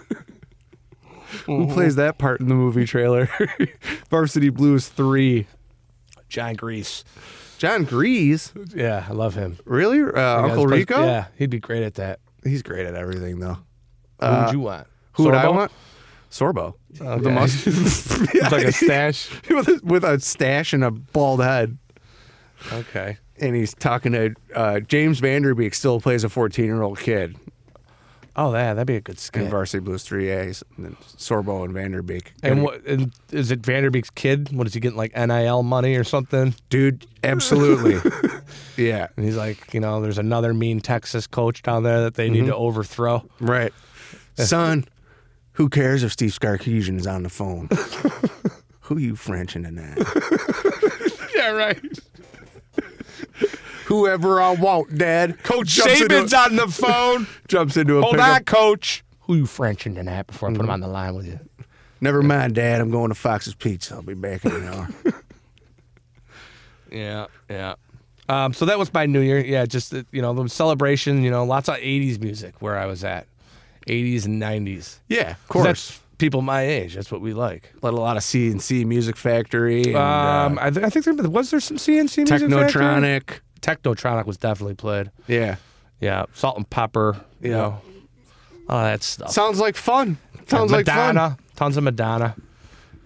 Speaker 1: Who plays that part in the movie trailer? [laughs] Varsity Blues three.
Speaker 2: John Grease.
Speaker 1: John Grease,
Speaker 2: Yeah, I love him.
Speaker 1: really? Uh,
Speaker 2: Yeah,
Speaker 1: Uncle
Speaker 2: he's-
Speaker 1: Rico?
Speaker 2: Yeah, he'd be great at that.
Speaker 1: He's great at everything though.
Speaker 2: Who would you want?
Speaker 1: Uh, Who would I
Speaker 2: Sorbo?
Speaker 1: want? Sorbo. The [laughs]
Speaker 2: Okay. [laughs]
Speaker 1: mustache. [laughs]
Speaker 2: It's like a stash.
Speaker 1: with, a, with a stash and a bald head.
Speaker 2: Okay.
Speaker 1: And he's talking to uh, James Vanderbeek, still plays a 14 year old kid
Speaker 2: Oh, yeah, that'd be a good
Speaker 1: in
Speaker 2: skit.
Speaker 1: Varsity Blues 3A's. And then Sorbo and Vanderbeek.
Speaker 2: And what and is it Vanderbeek's kid? What is he getting like NIL money or something?
Speaker 1: Dude, absolutely.
Speaker 2: [laughs]
Speaker 1: yeah,
Speaker 2: And he's like, you know, there's another mean Texas coach down there that they need to overthrow.
Speaker 1: right. Son, who cares if Steve Sarkisian is on the
Speaker 2: [laughs]
Speaker 1: phone? who you Frenching tonight?
Speaker 2: [laughs] Yeah, right.
Speaker 1: Whoever I want, Dad.
Speaker 2: Coach
Speaker 1: Jumps into
Speaker 2: Saban's
Speaker 1: a-
Speaker 2: on the [laughs] phone.
Speaker 1: Jumps into a
Speaker 2: Hold
Speaker 1: pickup
Speaker 2: on, coach. Who you Frenching tonight before I put him on the line with you?
Speaker 1: Never mind, Dad. I'm
Speaker 2: [laughs]
Speaker 1: going to Fox's Pizza. I'll be back in an hour.
Speaker 2: Yeah, yeah. Um, so that was my New Year. Yeah, just uh, you know the celebration. You know, lots of '80s music where I was at, '80s and '90s.
Speaker 1: Yeah, of
Speaker 2: 'Cause
Speaker 1: course.
Speaker 2: that's people my age. That's what we like.
Speaker 1: Let a lot of CNC Music Factory, and,
Speaker 2: Um,
Speaker 1: uh,
Speaker 2: I, th- I think there was there some CNC music. Factory?
Speaker 1: Technotronic.
Speaker 2: Technotronic was definitely played.
Speaker 1: Yeah,
Speaker 2: Yeah, Salt and Pepper. You
Speaker 1: Yeah.
Speaker 2: know, all that stuff.
Speaker 1: sounds like fun. Sounds like fun.
Speaker 2: Madonna. Tons of Madonna.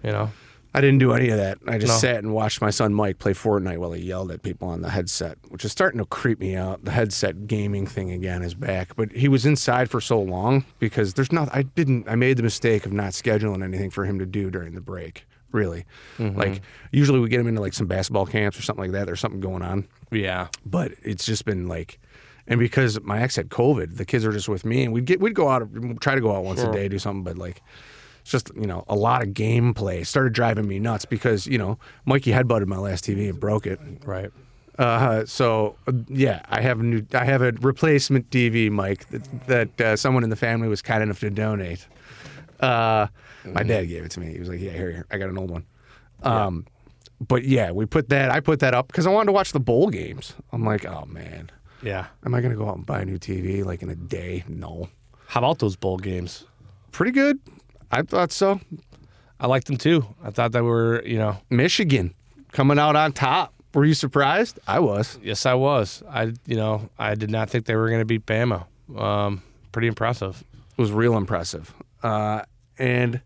Speaker 2: You know.
Speaker 1: I didn't do any of that. I just
Speaker 2: No.
Speaker 1: sat and watched my son Mike play Fortnite while he yelled at people on the headset, which is starting to creep me out. The headset gaming thing again is back, but he was inside for so long because there's not. I didn't. I made the mistake of not scheduling anything for him to do during the break. Really, like usually we get him into like some basketball camps or something like that. There's something going on
Speaker 2: Yeah.
Speaker 1: but it's just been like and because my ex had covid the kids are just with me and we'd get we'd go out try to go out once a day do something but like it's just you know a lot of gameplay started driving me nuts because you know mikey headbutted my last tv and broke it
Speaker 2: Right.
Speaker 1: uh, so uh, yeah i have a new i have a replacement tv mike that, that uh, someone in the family was kind enough to donate uh, my dad gave it to me he was like yeah here, here i got an old one um, but yeah we put that i put that up because i wanted to watch the bowl games i'm like oh man
Speaker 2: Yeah.
Speaker 1: Am I going to go out and buy a new TV like in a day? No.
Speaker 2: How about those bowl games?
Speaker 1: Pretty good. I thought so.
Speaker 2: I liked them too. I thought they were, you know,
Speaker 1: Michigan coming out on top. Were you surprised? I was.
Speaker 2: yes, I was. I, you know, I did not think they were going to beat Bama. Um, pretty impressive.
Speaker 1: It was real impressive. Uh, and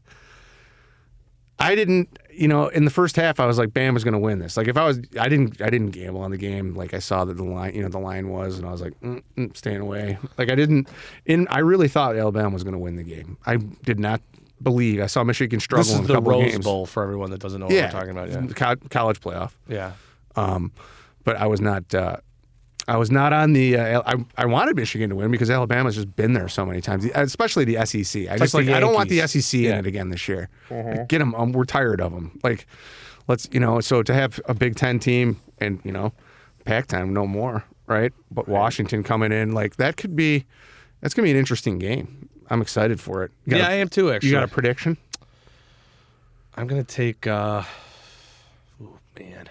Speaker 1: I didn't, you know, in the first half, I was like, Bama's going to win this. Like, if I was, I didn't, I didn't gamble on the game. Like, I saw that the line, you know, the line was, and I was like, mm, mm, staying away. Like, I didn't, in, I really thought Alabama was going to win the game. I did not believe. I saw Michigan struggle
Speaker 2: This is
Speaker 1: in a
Speaker 2: the
Speaker 1: couple of
Speaker 2: Rose
Speaker 1: games.
Speaker 2: Bowl for everyone that doesn't know what
Speaker 1: yeah,
Speaker 2: we're talking about. Yeah. Mm-hmm.
Speaker 1: Co- college playoff.
Speaker 2: Yeah.
Speaker 1: Um, but I was not. Uh, I was not on the. Uh, I, I wanted Michigan to win because Alabama's just been there so many times, especially the SEC. I just
Speaker 2: like
Speaker 1: like.
Speaker 2: the
Speaker 1: I don't want the
Speaker 2: Yankees. Mm-hmm.
Speaker 1: SEC in it again this year. Get them. Um, we're tired of them. Like, let's you know. So to have a Big Ten team and you know, Pac time no more, right? But Washington coming in like that could be. That's gonna be an interesting game. I'm excited for it. You got
Speaker 2: yeah,
Speaker 1: a-
Speaker 2: I am too, actually.
Speaker 1: You got a prediction?
Speaker 2: I'm gonna take. uh Oh man,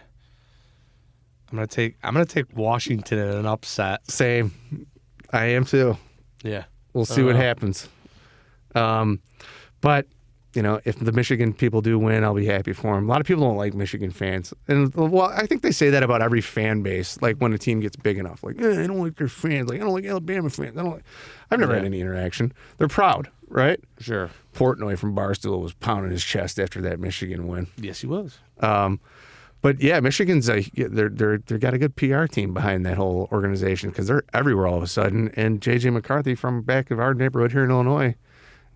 Speaker 2: I'm gonna take. I'm gonna take Washington in an upset.
Speaker 1: Same. I am too.
Speaker 2: Yeah,
Speaker 1: We'll see
Speaker 2: Uh-huh.
Speaker 1: what happens. Um, but you know, if the Michigan people do win, I'll be happy for them. A lot of people don't like Michigan fans, and well, I think they say that about every fan base. Like when a team gets big enough, like eh, I don't like their fans. Like I don't like Alabama fans. I don't. Like... I've never had
Speaker 2: Yeah.
Speaker 1: any interaction. They're proud, right?
Speaker 2: sure.
Speaker 1: Portnoy from Barstool was pounding his chest after that Michigan win.
Speaker 2: Yes, he was.
Speaker 1: Um, but yeah, Michigan's a, they're they're they've got a good PR team behind that whole organization because they're everywhere all of a sudden. And JJ McCarthy from back of our neighborhood here in Illinois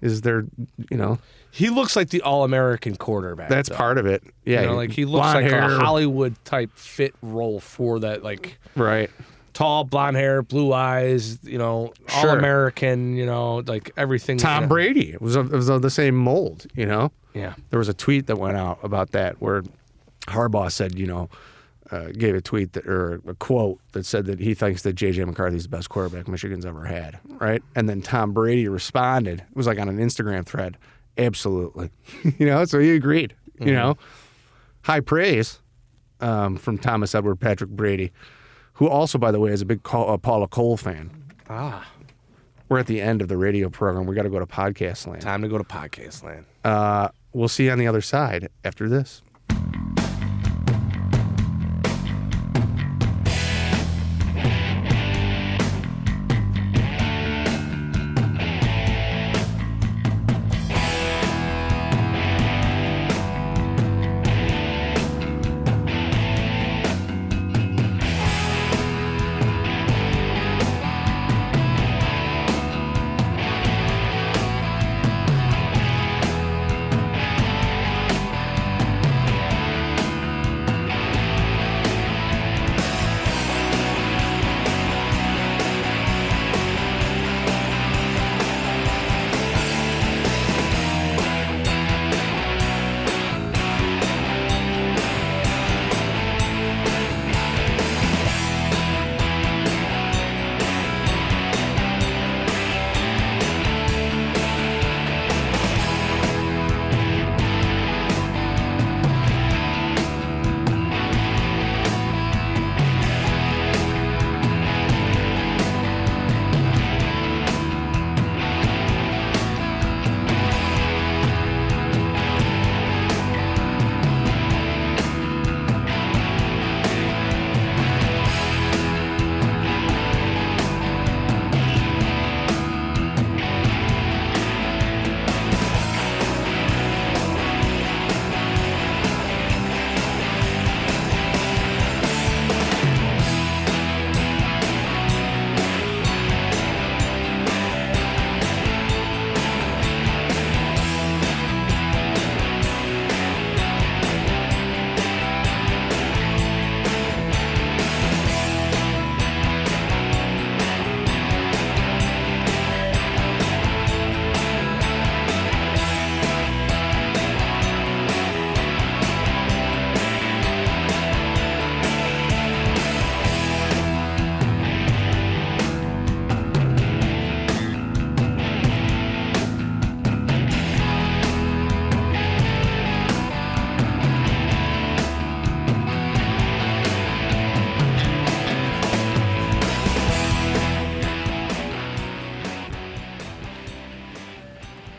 Speaker 1: is their you know
Speaker 2: He looks like the All-American quarterback.
Speaker 1: that's
Speaker 2: though.
Speaker 1: part of it. Yeah,
Speaker 2: You know, like he looks
Speaker 1: blonde
Speaker 2: like
Speaker 1: hair,
Speaker 2: a Hollywood type fit role for that, like
Speaker 1: right?
Speaker 2: tall, blonde hair, blue eyes. You know,
Speaker 1: Sure.
Speaker 2: All-American. You know, like everything.
Speaker 1: Tom
Speaker 2: you know.
Speaker 1: Brady it was of, it was of the same mold. You know,
Speaker 2: uh, Yeah.
Speaker 1: there was a tweet that went out about that where Harbaugh said, you know, uh, gave a tweet that, or a quote that said that he thinks that JJ McCarthy's the best quarterback Michigan's ever had, right? And then Tom Brady responded. It was like on an Instagram thread. Absolutely, [laughs] you know. So he agreed. You know, high praise um, from Thomas Edward Patrick Brady, who also, by the way, is a big Col- uh, Paula Cole fan.
Speaker 2: Ah,
Speaker 1: We're at the end of the radio program. We got to go to podcast land.
Speaker 2: time to go to podcast land.
Speaker 1: Uh, we'll see you on the other side after this.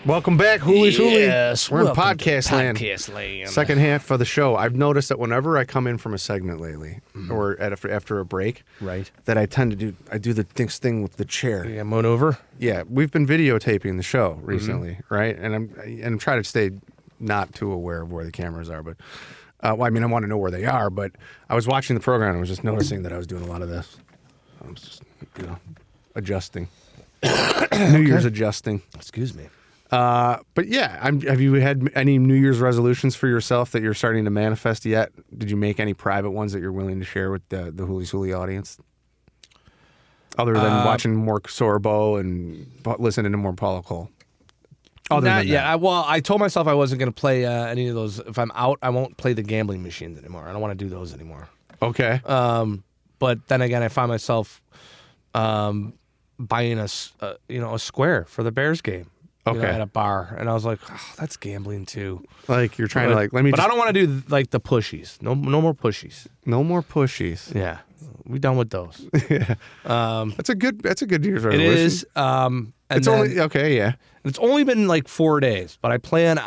Speaker 1: Welcome back, Hoolies
Speaker 2: Yes,
Speaker 1: Hoolies. We're in
Speaker 2: welcome to
Speaker 1: podcast land.
Speaker 2: podcast land.
Speaker 1: Second half of the show. I've noticed that whenever I come in from a segment lately, or at a, after a break,
Speaker 2: Mm-hmm. Right.
Speaker 1: that I tend to do. I do the next thing with the chair.
Speaker 2: Yeah, moan over.
Speaker 1: yeah, we've been videotaping the
Speaker 2: Mm-hmm.
Speaker 1: show recently, right? And I'm and I'm trying to stay not too aware of where the cameras are, but uh, well, I mean, I want to know where they are. But I was watching the program and I was just noticing that I was doing a lot of this. I was just, you know, adjusting.
Speaker 2: [coughs]
Speaker 1: New Year's adjusting.
Speaker 2: Excuse me.
Speaker 1: Uh, but yeah, I'm, have you had any New Year's resolutions for yourself that you're starting to manifest yet? Did you make any private ones that you're willing to share with the, the Hooli Hooli audience? Other than watching more Sorbo and bu- listening to more Paula Cole. Other
Speaker 2: Not
Speaker 1: than
Speaker 2: yet.
Speaker 1: that.
Speaker 2: I, well, I told myself I wasn't going to play uh, any of those. If I'm out, I won't play the gambling machines anymore. I don't want to do those anymore.
Speaker 1: okay.
Speaker 2: Um, but then again, I find myself um, buying a s- uh, you know a square for the Bears game. you know,
Speaker 1: Okay.
Speaker 2: at a bar, and I was like, oh, that's gambling too.
Speaker 1: like you're trying to
Speaker 2: But-
Speaker 1: like let me.
Speaker 2: But
Speaker 1: just,
Speaker 2: I don't want to do like the pushies. No, no more pushies.
Speaker 1: No more pushies.
Speaker 2: Yeah, we done with [laughs] those.
Speaker 1: That's a good. That's a good New Year's
Speaker 2: it
Speaker 1: resolution.
Speaker 2: is. Um, and
Speaker 1: It's
Speaker 2: then-
Speaker 1: only okay. Yeah.
Speaker 2: It's only been like four days, but I plan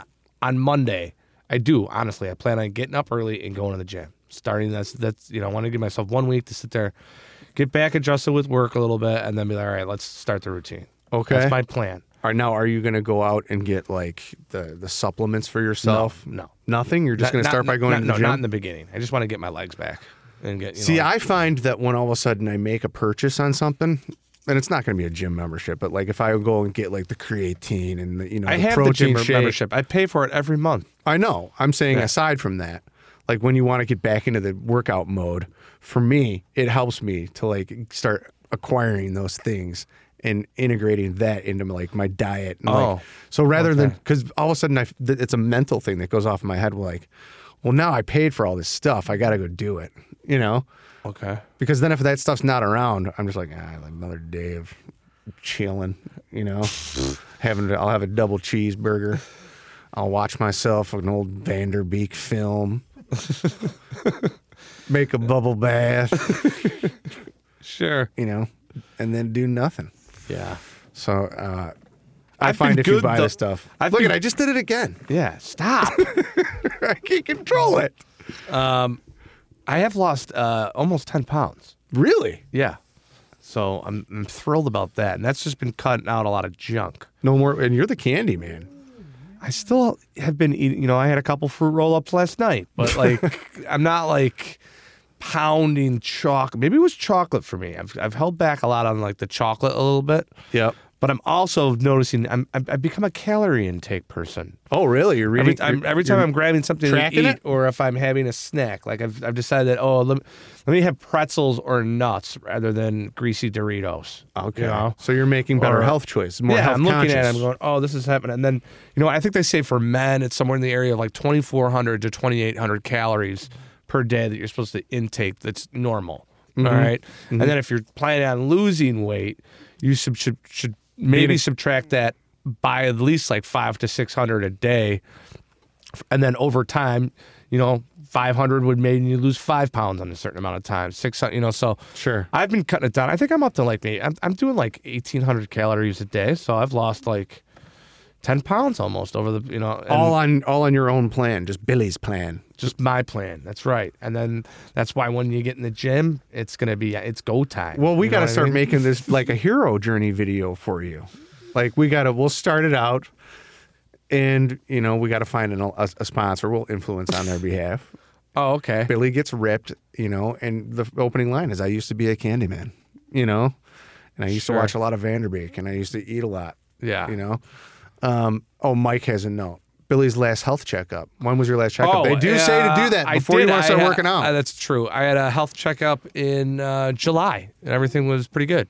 Speaker 2: on Monday. I do honestly. I plan on getting up early and going to the gym. Starting that's that's you know I want to give myself one week to sit there, get back adjusted with work a little bit, and then be like, all right, let's start the routine.
Speaker 1: Okay.
Speaker 2: that's my plan.
Speaker 1: All right. Now, are you going to go out and get like the the supplements for yourself?
Speaker 2: no.
Speaker 1: Nothing. You're just
Speaker 2: Not-
Speaker 1: going to start
Speaker 2: not-
Speaker 1: by going
Speaker 2: not-
Speaker 1: to the
Speaker 2: no,
Speaker 1: gym.
Speaker 2: not in the beginning. I just want to get my legs back and get. You
Speaker 1: See,
Speaker 2: know,
Speaker 1: I find that when all of a sudden I make a purchase on something, and it's not going to be a gym membership, but like if I go and get like the creatine and the, you know
Speaker 2: I
Speaker 1: the
Speaker 2: have the
Speaker 1: protein
Speaker 2: gym
Speaker 1: shake-
Speaker 2: membership. I pay for it every month.
Speaker 1: I know. I'm saying aside from that, like when you want to get back into the workout mode, for me, it helps me to like start acquiring those things and integrating that into like my diet. And like-
Speaker 2: Oh,
Speaker 1: so rather than because all of a sudden I f- th- it's a mental thing that goes off in my head. Like, well, now I paid for all this stuff. I got to go do it. You know.
Speaker 2: Okay.
Speaker 1: Because then if that stuff's not around, I'm just like, ah, like another day of chilling, you
Speaker 2: [laughs]
Speaker 1: know, having to, I'll have a double cheeseburger. I'll watch myself an old Vanderbeek
Speaker 2: [laughs]
Speaker 1: film. Make a bubble bath, [laughs]
Speaker 2: Sure.
Speaker 1: you know, and then do nothing.
Speaker 2: Yeah.
Speaker 1: So uh, I
Speaker 2: I've
Speaker 1: find
Speaker 2: been
Speaker 1: if you
Speaker 2: good,
Speaker 1: buy
Speaker 2: though.
Speaker 1: this stuff,
Speaker 2: I've
Speaker 1: look
Speaker 2: been-
Speaker 1: at I just did it again.
Speaker 2: Yeah. Stop.
Speaker 1: [laughs] I can't control it.
Speaker 2: Um, I have lost uh, almost ten pounds.
Speaker 1: Really?
Speaker 2: Yeah. So I'm, I'm thrilled about that. And that's just been cutting out a lot of junk.
Speaker 1: No more. And you're the candy man.
Speaker 2: I still have been eating, you know, I had a couple fruit roll ups last night, but
Speaker 1: [laughs]
Speaker 2: like, I'm not like pounding chalk. Maybe it was chocolate for me. I've, I've held back a lot on like the chocolate a little bit.
Speaker 1: Yep.
Speaker 2: But I'm also noticing I'm, I've I've become a calorie intake person.
Speaker 1: Oh, really? You're
Speaker 2: Every,
Speaker 1: reading
Speaker 2: time,
Speaker 1: you're-
Speaker 2: every time
Speaker 1: you're-
Speaker 2: I'm grabbing something to
Speaker 1: tracking
Speaker 2: eat,
Speaker 1: it?
Speaker 2: or if I'm having a snack, like I've, I've decided that oh let me, let me have pretzels or nuts rather than greasy Doritos.
Speaker 1: Okay.
Speaker 2: you know?
Speaker 1: So you're making better
Speaker 2: Or-
Speaker 1: health choices, more
Speaker 2: yeah,
Speaker 1: health
Speaker 2: I'm looking at it.
Speaker 1: conscious.
Speaker 2: I'm going, oh, this is happening. And then, you know, I think they say for men, it's somewhere in the area of like 2,400 to 2,800 calories per day that you're supposed to intake. That's normal.
Speaker 1: Mm-hmm.
Speaker 2: All right? And then if you're planning on losing weight, you sub- should should maybe subtract that by at least like five to 600 a day, and then over time, you know. 500 would maybe you lose five pounds in a certain amount of time. 600, you know, so
Speaker 1: Sure.
Speaker 2: I've been cutting it down. I think I'm up to like me. I'm, I'm doing like 1,800 calories a day, so I've lost like 10 pounds almost over the you know and
Speaker 1: all on all on your own plan, just Billy's plan.
Speaker 2: just my plan. That's right, and then that's why when you get in the gym, it's gonna be it's go time.
Speaker 1: Well, we
Speaker 2: You know
Speaker 1: got to
Speaker 2: what I
Speaker 1: start
Speaker 2: mean?
Speaker 1: making this like a hero journey video for you. Like we got to we'll start it out and you know, we got to find an, a, a sponsor. We'll influence on their behalf. [laughs]
Speaker 2: Oh, okay.
Speaker 1: Billy gets ripped, you know, and the opening line is I used to be a candy man, you know. And I used
Speaker 2: Sure.
Speaker 1: to watch a lot of Vanderbeek and I used to eat a lot.
Speaker 2: Yeah.
Speaker 1: You know. Um, oh, Mike has a note. Billy's last health checkup. When was your last checkup?
Speaker 2: Oh,
Speaker 1: they do say to
Speaker 2: uh,
Speaker 1: do that
Speaker 2: I
Speaker 1: before you
Speaker 2: did.
Speaker 1: want to
Speaker 2: I
Speaker 1: start
Speaker 2: had-
Speaker 1: working out.
Speaker 2: uh, that's true. I had a health checkup in uh, July, and everything was pretty good.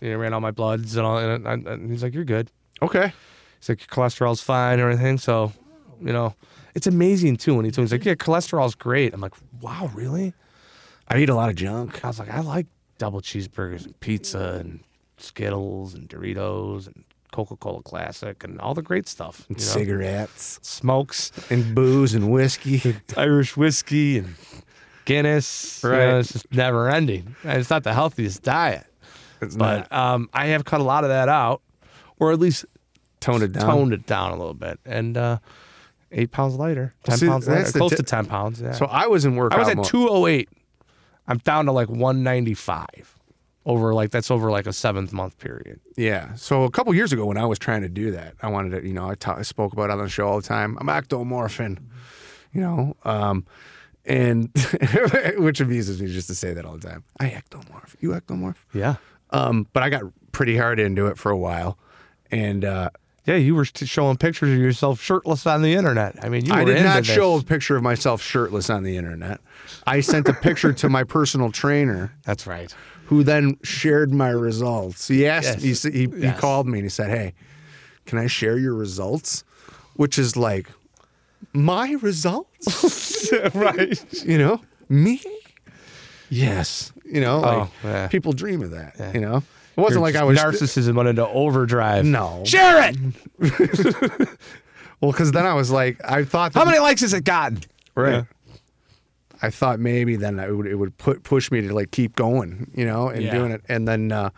Speaker 2: You know, ran all my bloods and all, and, I, and he's like, "You're good."
Speaker 1: okay.
Speaker 2: He's like, your cholesterol's fine, and everything. So, you know, it's amazing too. When he told me, he's like, yeah, cholesterol's great. I'm like, wow, really?
Speaker 1: I eat a lot of junk.
Speaker 2: I was like, I like double cheeseburgers and pizza and Skittles and Doritos and Coca Cola Classic and all the great stuff. you know?
Speaker 1: cigarettes
Speaker 2: Smokes,
Speaker 1: and booze and
Speaker 2: [laughs]
Speaker 1: whiskey.
Speaker 2: Irish whiskey, and Guinness. You know,
Speaker 1: Right.
Speaker 2: it's just never ending. And it's not the healthiest diet.
Speaker 1: It's
Speaker 2: But um, I have cut a lot of that out, or at least
Speaker 1: Toned it down.
Speaker 2: toned it down a little bit, and uh, eight pounds lighter, ten
Speaker 1: see,
Speaker 2: pounds lighter,
Speaker 1: that's the
Speaker 2: close
Speaker 1: di-
Speaker 2: to ten pounds. Yeah.
Speaker 1: So I was in workout.
Speaker 2: I was at
Speaker 1: mode.
Speaker 2: two oh eight. I'm down to like one ninety five. Over like that's over like a seventh month period.
Speaker 1: Yeah. So a couple years ago, when I was trying to do that, I wanted to, you know, I, ta- I spoke about it on the show all the time. I'm ectomorphin, you know, um, and [laughs] which amuses me just to say that all the time. I ectomorph. You ectomorph.
Speaker 2: Yeah.
Speaker 1: Um, but I got pretty hard into it for a while, and uh,
Speaker 2: Yeah, you were t- showing pictures of yourself shirtless on the internet. I mean, you
Speaker 1: I
Speaker 2: were
Speaker 1: did
Speaker 2: into
Speaker 1: not
Speaker 2: this.
Speaker 1: show a picture of myself shirtless on the internet. I sent a picture to my personal trainer. [laughs]
Speaker 2: That's right.
Speaker 1: who then shared my results. He asked,
Speaker 2: Yes.
Speaker 1: he, he,
Speaker 2: Yes.
Speaker 1: he called me and he said, Hey, can I share your results? Which is like, my
Speaker 2: [laughs]
Speaker 1: results?
Speaker 2: right.
Speaker 1: you know, me? Yes. You know, like
Speaker 2: Oh, yeah.
Speaker 1: people dream of that, you know? It wasn't like I was.
Speaker 2: narcissism went into overdrive.
Speaker 1: no.
Speaker 2: Share
Speaker 1: [laughs]
Speaker 2: it.
Speaker 1: Well, because then I was like, I thought. that-
Speaker 2: How many likes has it gotten?
Speaker 1: Right. I thought maybe then I would, it would put, push me to like keep going, you know, and
Speaker 2: Yeah.
Speaker 1: doing it. And then uh,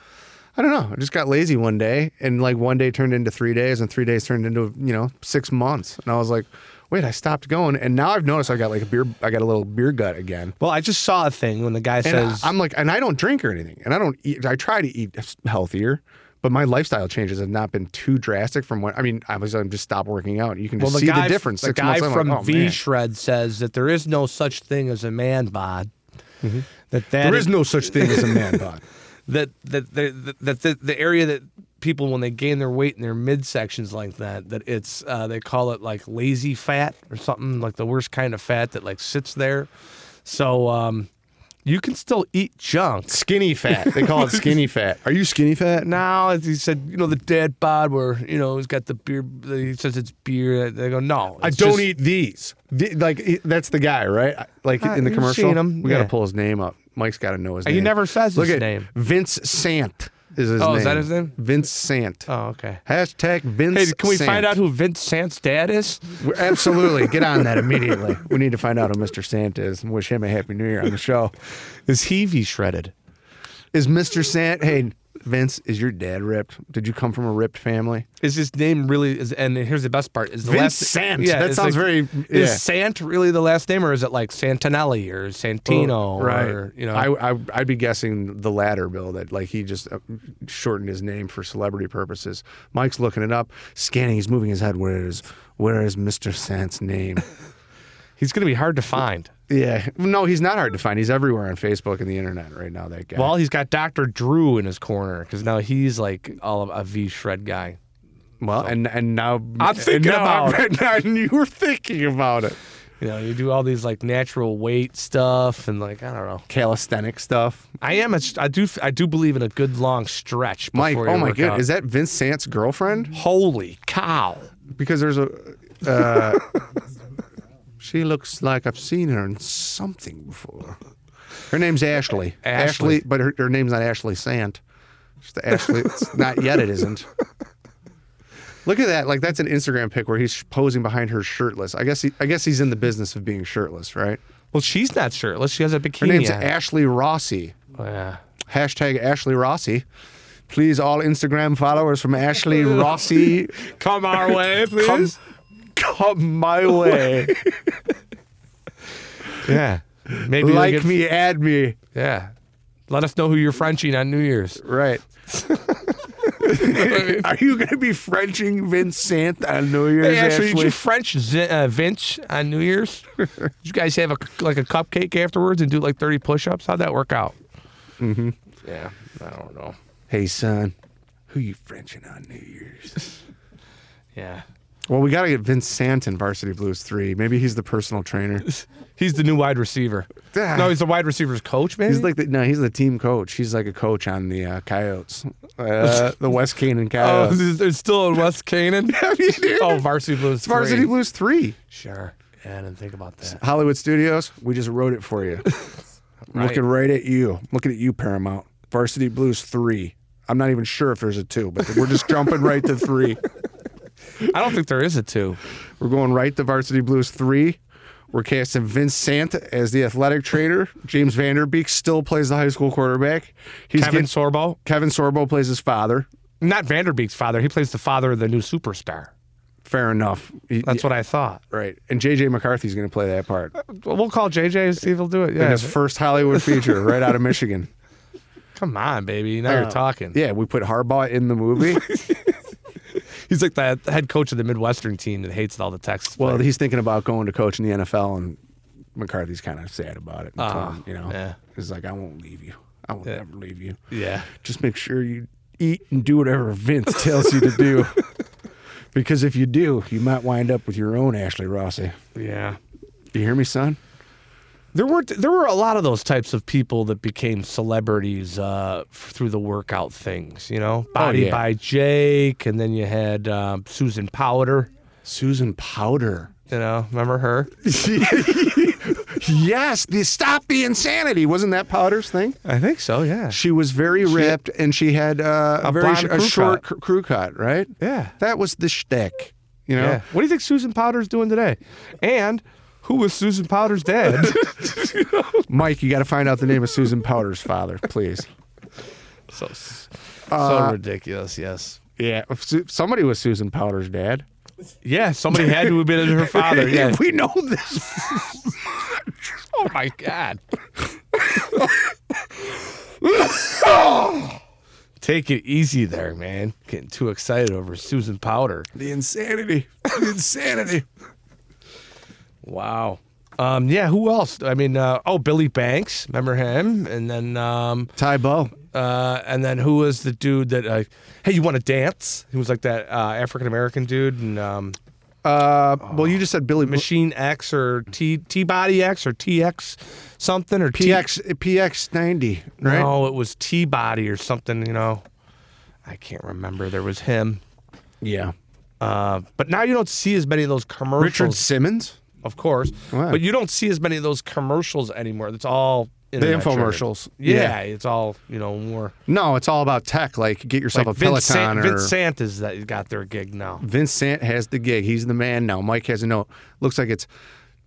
Speaker 1: I don't know. I just got lazy one day, and like one day turned into three days, and three days turned into you know six months. And I was like, wait, I stopped going, and now I've noticed I got like a beer. I got a little beer gut again.
Speaker 2: Well, I just saw a thing when the guy
Speaker 1: And I,
Speaker 2: says,
Speaker 1: I'm like, and I don't drink or anything, and I don't eat. I try to eat healthier. But my lifestyle changes have not been too drastic from what I mean. I was I'm just stopped working out. You can just
Speaker 2: "Well, the
Speaker 1: see
Speaker 2: guy,
Speaker 1: the difference.
Speaker 2: The
Speaker 1: six
Speaker 2: guy
Speaker 1: months later, I'm
Speaker 2: from
Speaker 1: like, oh,
Speaker 2: V
Speaker 1: man.
Speaker 2: Shred says that there is no such thing as a man bod. That that
Speaker 1: Mm-hmm. There is no such thing as a man bod.
Speaker 2: that that that, that, that the area that people when they gain their weight in their midsections like that that it's uh, they call it like lazy fat or something like the worst kind of fat that like sits there so um you can still eat junk
Speaker 1: skinny fat. They
Speaker 2: [laughs]
Speaker 1: call it skinny fat. Are you skinny fat?
Speaker 2: now as he said you know the dad bod where you know he's got the beer he says it's beer they go no
Speaker 1: I
Speaker 2: it's
Speaker 1: don't
Speaker 2: just-
Speaker 1: eat these. The- like he- that's the guy, right? I- Like
Speaker 2: Uh,
Speaker 1: in the
Speaker 2: you've
Speaker 1: commercial.
Speaker 2: seen him,
Speaker 1: We got
Speaker 2: yeah. Uh,
Speaker 1: to pull his name up. Mike's got to know his
Speaker 2: He
Speaker 1: name.
Speaker 2: never says
Speaker 1: Look
Speaker 2: his
Speaker 1: at
Speaker 2: name.
Speaker 1: Vince Sant is his name.
Speaker 2: Oh, is that his name?
Speaker 1: Vince Sant.
Speaker 2: oh okay
Speaker 1: Hashtag Vince.
Speaker 2: hey can we find
Speaker 1: Sant.
Speaker 2: out who vince sant's dad is
Speaker 1: We're- Absolutely, get on that immediately. We need to find out who Mr. Sant is and wish him a happy New Year on the show.
Speaker 2: is he v shredded
Speaker 1: Is Mr. Sant? Hey, Vince, is your dad ripped? Did you come from a ripped family?
Speaker 2: Is his name really? Is, and here's the best part: is the
Speaker 1: Vince
Speaker 2: last
Speaker 1: Sant. That
Speaker 2: it's
Speaker 1: sounds very- yeah.
Speaker 2: Is Sant really the last name, or is it like Santinelli or Santino?
Speaker 1: right?
Speaker 2: Or, you know,
Speaker 1: I, I I'd be guessing the latter, Bill. That like he just uh, shortened his name for celebrity purposes. Mike's looking it up, scanning. He's moving his head. Where is where is Mister Sant's
Speaker 2: [laughs]
Speaker 1: name?
Speaker 2: he's going to be hard to find.
Speaker 1: yeah, no, he's not hard to find. He's everywhere on Facebook and the internet right now. That guy.
Speaker 2: Well, he's got Doctor Drew in his corner because now he's like all of a V shred guy.
Speaker 1: well, and and now
Speaker 2: I'm thinking
Speaker 1: and [laughs] now it.
Speaker 2: about
Speaker 1: you were thinking about it.
Speaker 2: You know, you do all these like natural weight stuff and like I don't know.
Speaker 1: Calisthenic stuff.
Speaker 2: I am. A, I do. I do believe in a good long stretch. Before
Speaker 1: Mike,
Speaker 2: you
Speaker 1: oh my
Speaker 2: work
Speaker 1: god,
Speaker 2: out.
Speaker 1: is that Vince Sant's girlfriend?
Speaker 2: holy cow?
Speaker 1: Because there's a. Uh, [laughs] she looks like I've seen her in something before. Her name's Ashley.
Speaker 2: Ashley.
Speaker 1: but her, her name's not Ashley Sant. It's the Ashley. it's not yet. It isn't. Look at that! Like that's an Instagram pic where he's posing behind her shirtless. I guess he, I guess he's in the business of being shirtless, right?
Speaker 2: Well, she's not shirtless. She has a
Speaker 1: Her
Speaker 2: bikini.
Speaker 1: name's
Speaker 2: on.
Speaker 1: Ashley Rossi.
Speaker 2: yeah.
Speaker 1: Hashtag Ashley Rossi. Please, all Instagram followers from
Speaker 2: [laughs]
Speaker 1: Ashley Rossi
Speaker 2: Come our way, please.
Speaker 1: come, come my way.
Speaker 2: Yeah. Maybe they'll
Speaker 1: like
Speaker 2: get-
Speaker 1: me, add me.
Speaker 2: Yeah. Let us know who you're Frenching on New Year's. [laughs]
Speaker 1: Right. [laughs] Are you going to be Frenching Vincent on New Year's?
Speaker 2: Hey, actually, did
Speaker 1: Ashley?
Speaker 2: you French Z- uh, Vince on New
Speaker 1: [laughs]
Speaker 2: Year's? did you guys have a, like a cupcake afterwards and do like 30 push-ups? How'd that work out? Mm-hmm. Yeah, I don't know.
Speaker 1: hey, son, who you Frenching on New Year's?
Speaker 2: Yeah.
Speaker 1: Well, we got to get Vincent in Varsity Blues 3. Maybe he's the personal trainer.
Speaker 2: He's the new wide receiver.
Speaker 1: Ah.
Speaker 2: No, he's the wide receiver's coach, maybe?
Speaker 1: He's like the, no, he's the team coach. He's like a coach on the uh, Coyotes, uh, the West Canaan
Speaker 2: Oh,
Speaker 1: Coyotes.
Speaker 2: [laughs] there's there's still in
Speaker 1: [laughs]
Speaker 2: West Canaan?
Speaker 1: dude.
Speaker 2: oh, Varsity Blues
Speaker 1: it's Varsity
Speaker 2: 3.
Speaker 1: Blues 3.
Speaker 2: Sure. Yeah, I didn't think about that.
Speaker 1: Hollywood Studios, we just wrote it for
Speaker 2: [laughs]
Speaker 1: you. I'm
Speaker 2: Right.
Speaker 1: Looking right at you. I'm looking at you, Paramount. Varsity Blues 3. I'm not even sure if there's a two, but we're just jumping right to
Speaker 2: [laughs]
Speaker 1: three.
Speaker 2: I don't think there is a two.
Speaker 1: We're going right to Varsity Blues 3. We're casting Vince Sant as the athletic trainer. James Vanderbeek still plays the high school quarterback. He's
Speaker 2: Kevin
Speaker 1: getting-
Speaker 2: Sorbo?
Speaker 1: Kevin Sorbo plays his father.
Speaker 2: Not Vanderbeek's father. He plays the father of the new superstar.
Speaker 1: Fair enough.
Speaker 2: That's what I thought.
Speaker 1: right. And JJ McCarthy's going to play that part
Speaker 2: Well, We'll call JJ and see if he'll do it.
Speaker 1: in
Speaker 2: Yeah.
Speaker 1: his first Hollywood feature right out of
Speaker 2: [laughs]
Speaker 1: Michigan.
Speaker 2: Come on, baby. Now you're talking.
Speaker 1: Yeah, we put Harbaugh in the
Speaker 2: [laughs]
Speaker 1: movie.
Speaker 2: He's like the head coach of the Midwestern team that hates all the Texas.
Speaker 1: well,
Speaker 2: players.
Speaker 1: he's thinking about going to coach in the NFL, and McCarthy's kind of sad about it. and telling him, you know,
Speaker 2: Ah, yeah.
Speaker 1: he's like, I won't leave you. I will never leave you.
Speaker 2: yeah.
Speaker 1: Just make sure you eat and do whatever Vince tells you to
Speaker 2: [laughs]
Speaker 1: do. Because if you do, you might wind up with your own Ashley Rossi.
Speaker 2: Yeah.
Speaker 1: You hear me, son?
Speaker 2: There were there were a lot of those types of people that became celebrities uh, f- through the workout things, you know, Body
Speaker 1: yeah.
Speaker 2: by Jake, and then you had um, Susan Powder.
Speaker 1: Susan
Speaker 2: [laughs]
Speaker 1: Powder. [laughs]
Speaker 2: You know, remember her?
Speaker 1: yes, the stop the insanity wasn't that Powder's thing.
Speaker 2: I think so. Yeah.
Speaker 1: She was very ripped, and she had uh, a, very
Speaker 2: blonde
Speaker 1: sh- a
Speaker 2: crew
Speaker 1: short cr-
Speaker 2: cut.
Speaker 1: crew cut, right?
Speaker 2: Yeah.
Speaker 1: that was the shtick. You know,
Speaker 2: Yeah. What do you think Susan Powder's doing today? And who was Susan
Speaker 1: [laughs]
Speaker 2: Powder's dad?
Speaker 1: Mike, you got to find out the name of Susan Powder's father, please.
Speaker 2: so s- so ridiculous. Yes.
Speaker 1: Yeah, if Su- somebody was Susan Powder's dad.
Speaker 2: Yeah. Somebody had to have been
Speaker 1: [laughs]
Speaker 2: her father. Yeah.
Speaker 1: we know this.
Speaker 2: oh my God. [laughs] Take it easy there, man. Getting too excited over Susan Powder.
Speaker 1: The insanity, the insanity.
Speaker 2: Wow. Um, yeah, who else? I mean, uh, oh, Billy Banks, remember him? And then, um,
Speaker 1: Ty Bo.
Speaker 2: uh, and then who was the dude that? Uh, hey, you want to dance? He was like that uh, African American dude, and um,
Speaker 1: Uh, well, you just said Billy Machine.
Speaker 2: Machine X or T T Body X or TX something or T-
Speaker 1: PX PX ninety, right?
Speaker 2: No, it was T Body or something. You know, I can't remember. There was him,
Speaker 1: Yeah.
Speaker 2: uh, but now you don't see as many of those commercials.
Speaker 1: Richard Simmons.
Speaker 2: of course,
Speaker 1: Wow.
Speaker 2: but you don't see as many of those commercials anymore. That's all
Speaker 1: The
Speaker 2: internet driven.
Speaker 1: infomercials.
Speaker 2: Yeah, it's all you know more.
Speaker 1: No, it's all about tech. Like get yourself a Peloton
Speaker 2: Vince, Sant,
Speaker 1: or
Speaker 2: Vince Sant is that got their gig now.
Speaker 1: Vince Sant has the gig. He's the man now. Mike has a note. Looks like it's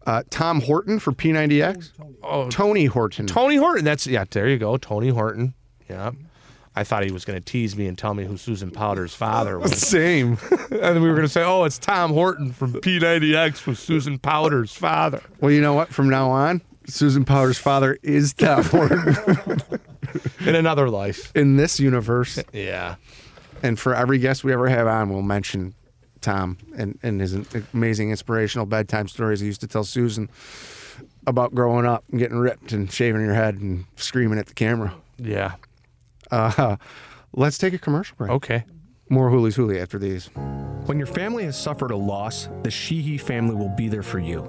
Speaker 1: uh, Tom Horton for P90X. Oh, Tony Horton.
Speaker 2: Tony Horton. That's yeah. There you go, Tony Horton. Yeah. I thought he was going to tease me and tell me who Susan Powder's father
Speaker 1: [laughs]
Speaker 2: was.
Speaker 1: Same.
Speaker 2: and then we were going to say, oh, it's Tom Horton from P90X was Susan Powder's father.
Speaker 1: well, you know what? From now on, Susan Powder's father is Tom Horton
Speaker 2: In another life.
Speaker 1: in this universe.
Speaker 2: Yeah.
Speaker 1: And for every guest we ever have on, we'll mention Tom and, and his amazing inspirational bedtime stories he used to tell Susan about growing up and getting ripped and shaving your head and screaming at the camera.
Speaker 2: Yeah.
Speaker 1: Uh, let's take a commercial break.
Speaker 2: Okay.
Speaker 1: More Hoolies Hooli after these.
Speaker 6: When your family has suffered a loss, the Sheehy family will be there for you.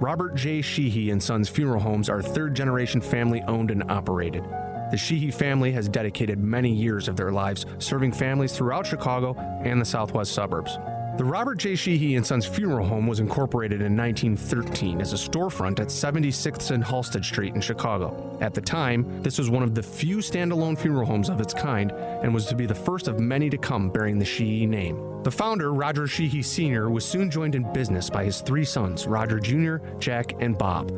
Speaker 6: Robert J. Sheehy and Sons Funeral Homes are third generation family owned and operated. The Sheehy family has dedicated many years of their lives serving families throughout Chicago and the southwest suburbs. The Robert J. Sheehy and Sons Funeral Home was incorporated in 1913 as a storefront at 76th and Halsted Street in Chicago. At the time, this was one of the few standalone funeral homes of its kind and was to be the first of many to come bearing the Sheehy name. The founder, Roger Sheehy Sr., was soon joined in business by his three sons, Roger Jr., Jack, and Bob.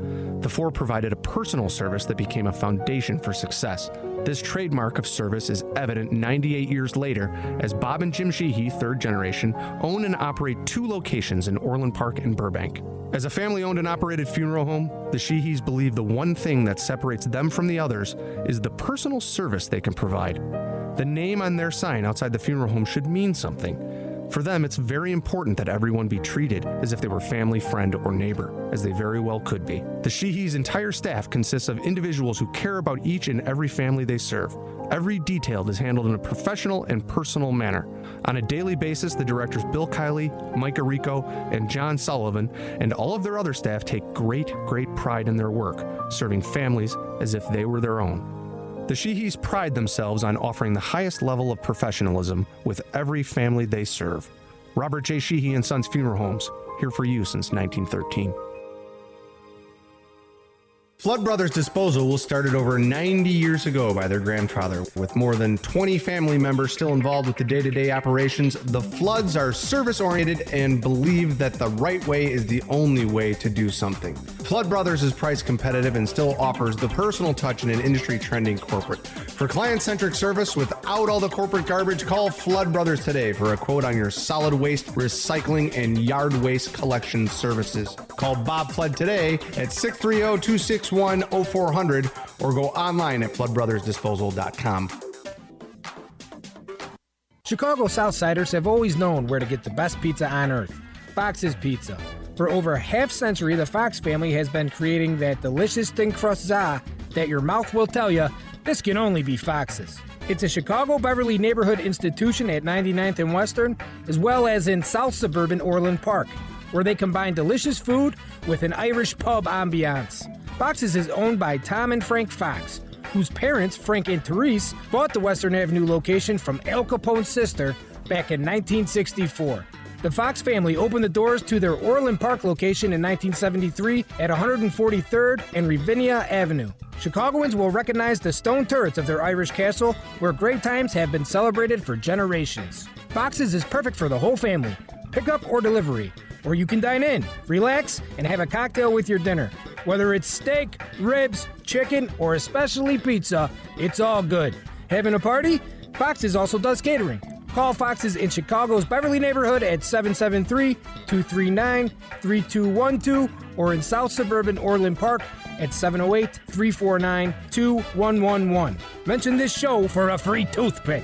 Speaker 6: The four provided a personal service that became a foundation for success. This trademark of service is evident 98 years later as Bob and Jim Sheehy, third generation, own and operate two locations in Orland Park and Burbank. As a family owned and operated funeral home, the Sheehys believe the one thing that separates them from the others is the personal service they can provide. The name on their sign outside the funeral home should mean something. For them, it's very important that everyone be treated as if they were family, friend, or neighbor, as they very well could be. The Sheehy's entire staff consists of individuals who care about each and every family they serve. Every detail is handled in a professional and personal manner. On a daily basis, the directors Bill Kiley, Mike Rico, and John Sullivan, and all of their other staff take great, great pride in their work, serving families as if they were their own. The Sheehys pride themselves on offering the highest level of professionalism with every family they serve. Robert J. Sheehy and Sons Funeral Homes, here for you since 1913. Flood Brothers Disposal was started over 90 years ago by their grandfather. With more than 20 family members still involved with the day to day operations, the Floods are service oriented and believe that the right way is the only way to do something. Flood Brothers is price competitive and still offers the personal touch in an industry trending corporate. For client centric service without all the corporate garbage, call Flood Brothers today for a quote on your solid waste, recycling, and yard waste collection services. Call Bob Flood today at oh, 630 261 0400 or go online at floodbrothersdisposal.com.
Speaker 3: Chicago Southsiders have always known where to get the best pizza on earth Fox's Pizza. For over a half century, the Fox family has been creating that delicious thin crust za that your mouth will tell you this can only be Fox's. It's a Chicago Beverly neighborhood institution at 99th and Western, as well as in South Suburban Orland Park, where they combine delicious food with an Irish pub ambiance. Fox's is owned by Tom and Frank Fox, whose parents, Frank and Therese, bought the Western Avenue location from Al Capone's sister back in 1964. The Fox family opened the doors to their Orland Park location in 1973 at 143rd and Ravinia Avenue. Chicagoans will recognize the stone turrets of their Irish castle, where great times have been celebrated for generations. Fox's is perfect for the whole family, pickup or delivery, or you can dine in, relax, and have a cocktail with your dinner. Whether it's steak, ribs, chicken, or especially pizza, it's all good. Having a party? Fox's also does catering. Call Fox's in Chicago's Beverly neighborhood at 773 239 3212 or in South Suburban Orland Park at 708 349 2111. Mention this show for a free toothpick.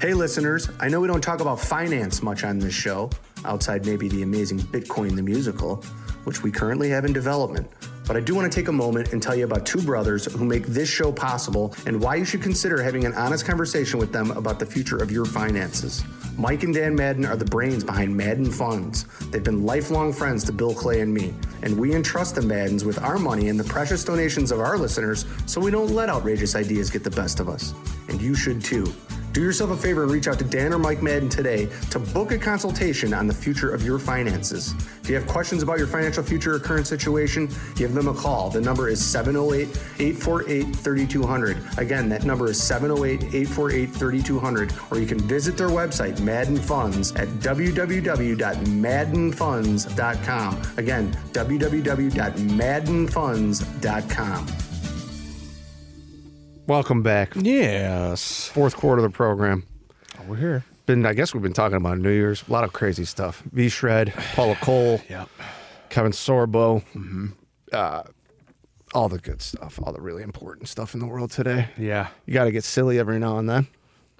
Speaker 5: Hey, listeners, I know we don't talk about finance much on this show, outside maybe the amazing Bitcoin the Musical, which we currently have in development. But I do want to take a moment and tell you about two brothers who make this show possible and why you should consider having an honest conversation with them about the future of your finances. Mike and Dan Madden are the brains behind Madden Funds. They've been lifelong friends to Bill Clay and me, and we entrust the Maddens with our money and the precious donations of our listeners so we don't let outrageous ideas get the best of us. And you should too. Do yourself a favor and reach out to Dan or Mike Madden today to book a consultation on the future of your finances. If you have questions about your financial future or current situation, give them a call. The number is 708 848 3200. Again, that number is 708 848 3200, or you can visit their website, Madden Funds, at www.maddenfunds.com. Again, www.maddenfunds.com.
Speaker 1: Welcome back.
Speaker 2: Yes.
Speaker 1: Fourth quarter of the program.
Speaker 2: We're here.
Speaker 1: Been, I guess we've been talking about New Year's. A lot of crazy stuff. V Shred,
Speaker 2: [sighs]
Speaker 1: Paula Cole,
Speaker 2: Yep. Mm-hmm.
Speaker 1: Kevin Sorbo, uh, all the good stuff, all the really important stuff in the world today.
Speaker 2: Yeah.
Speaker 1: You got to get silly every now and then.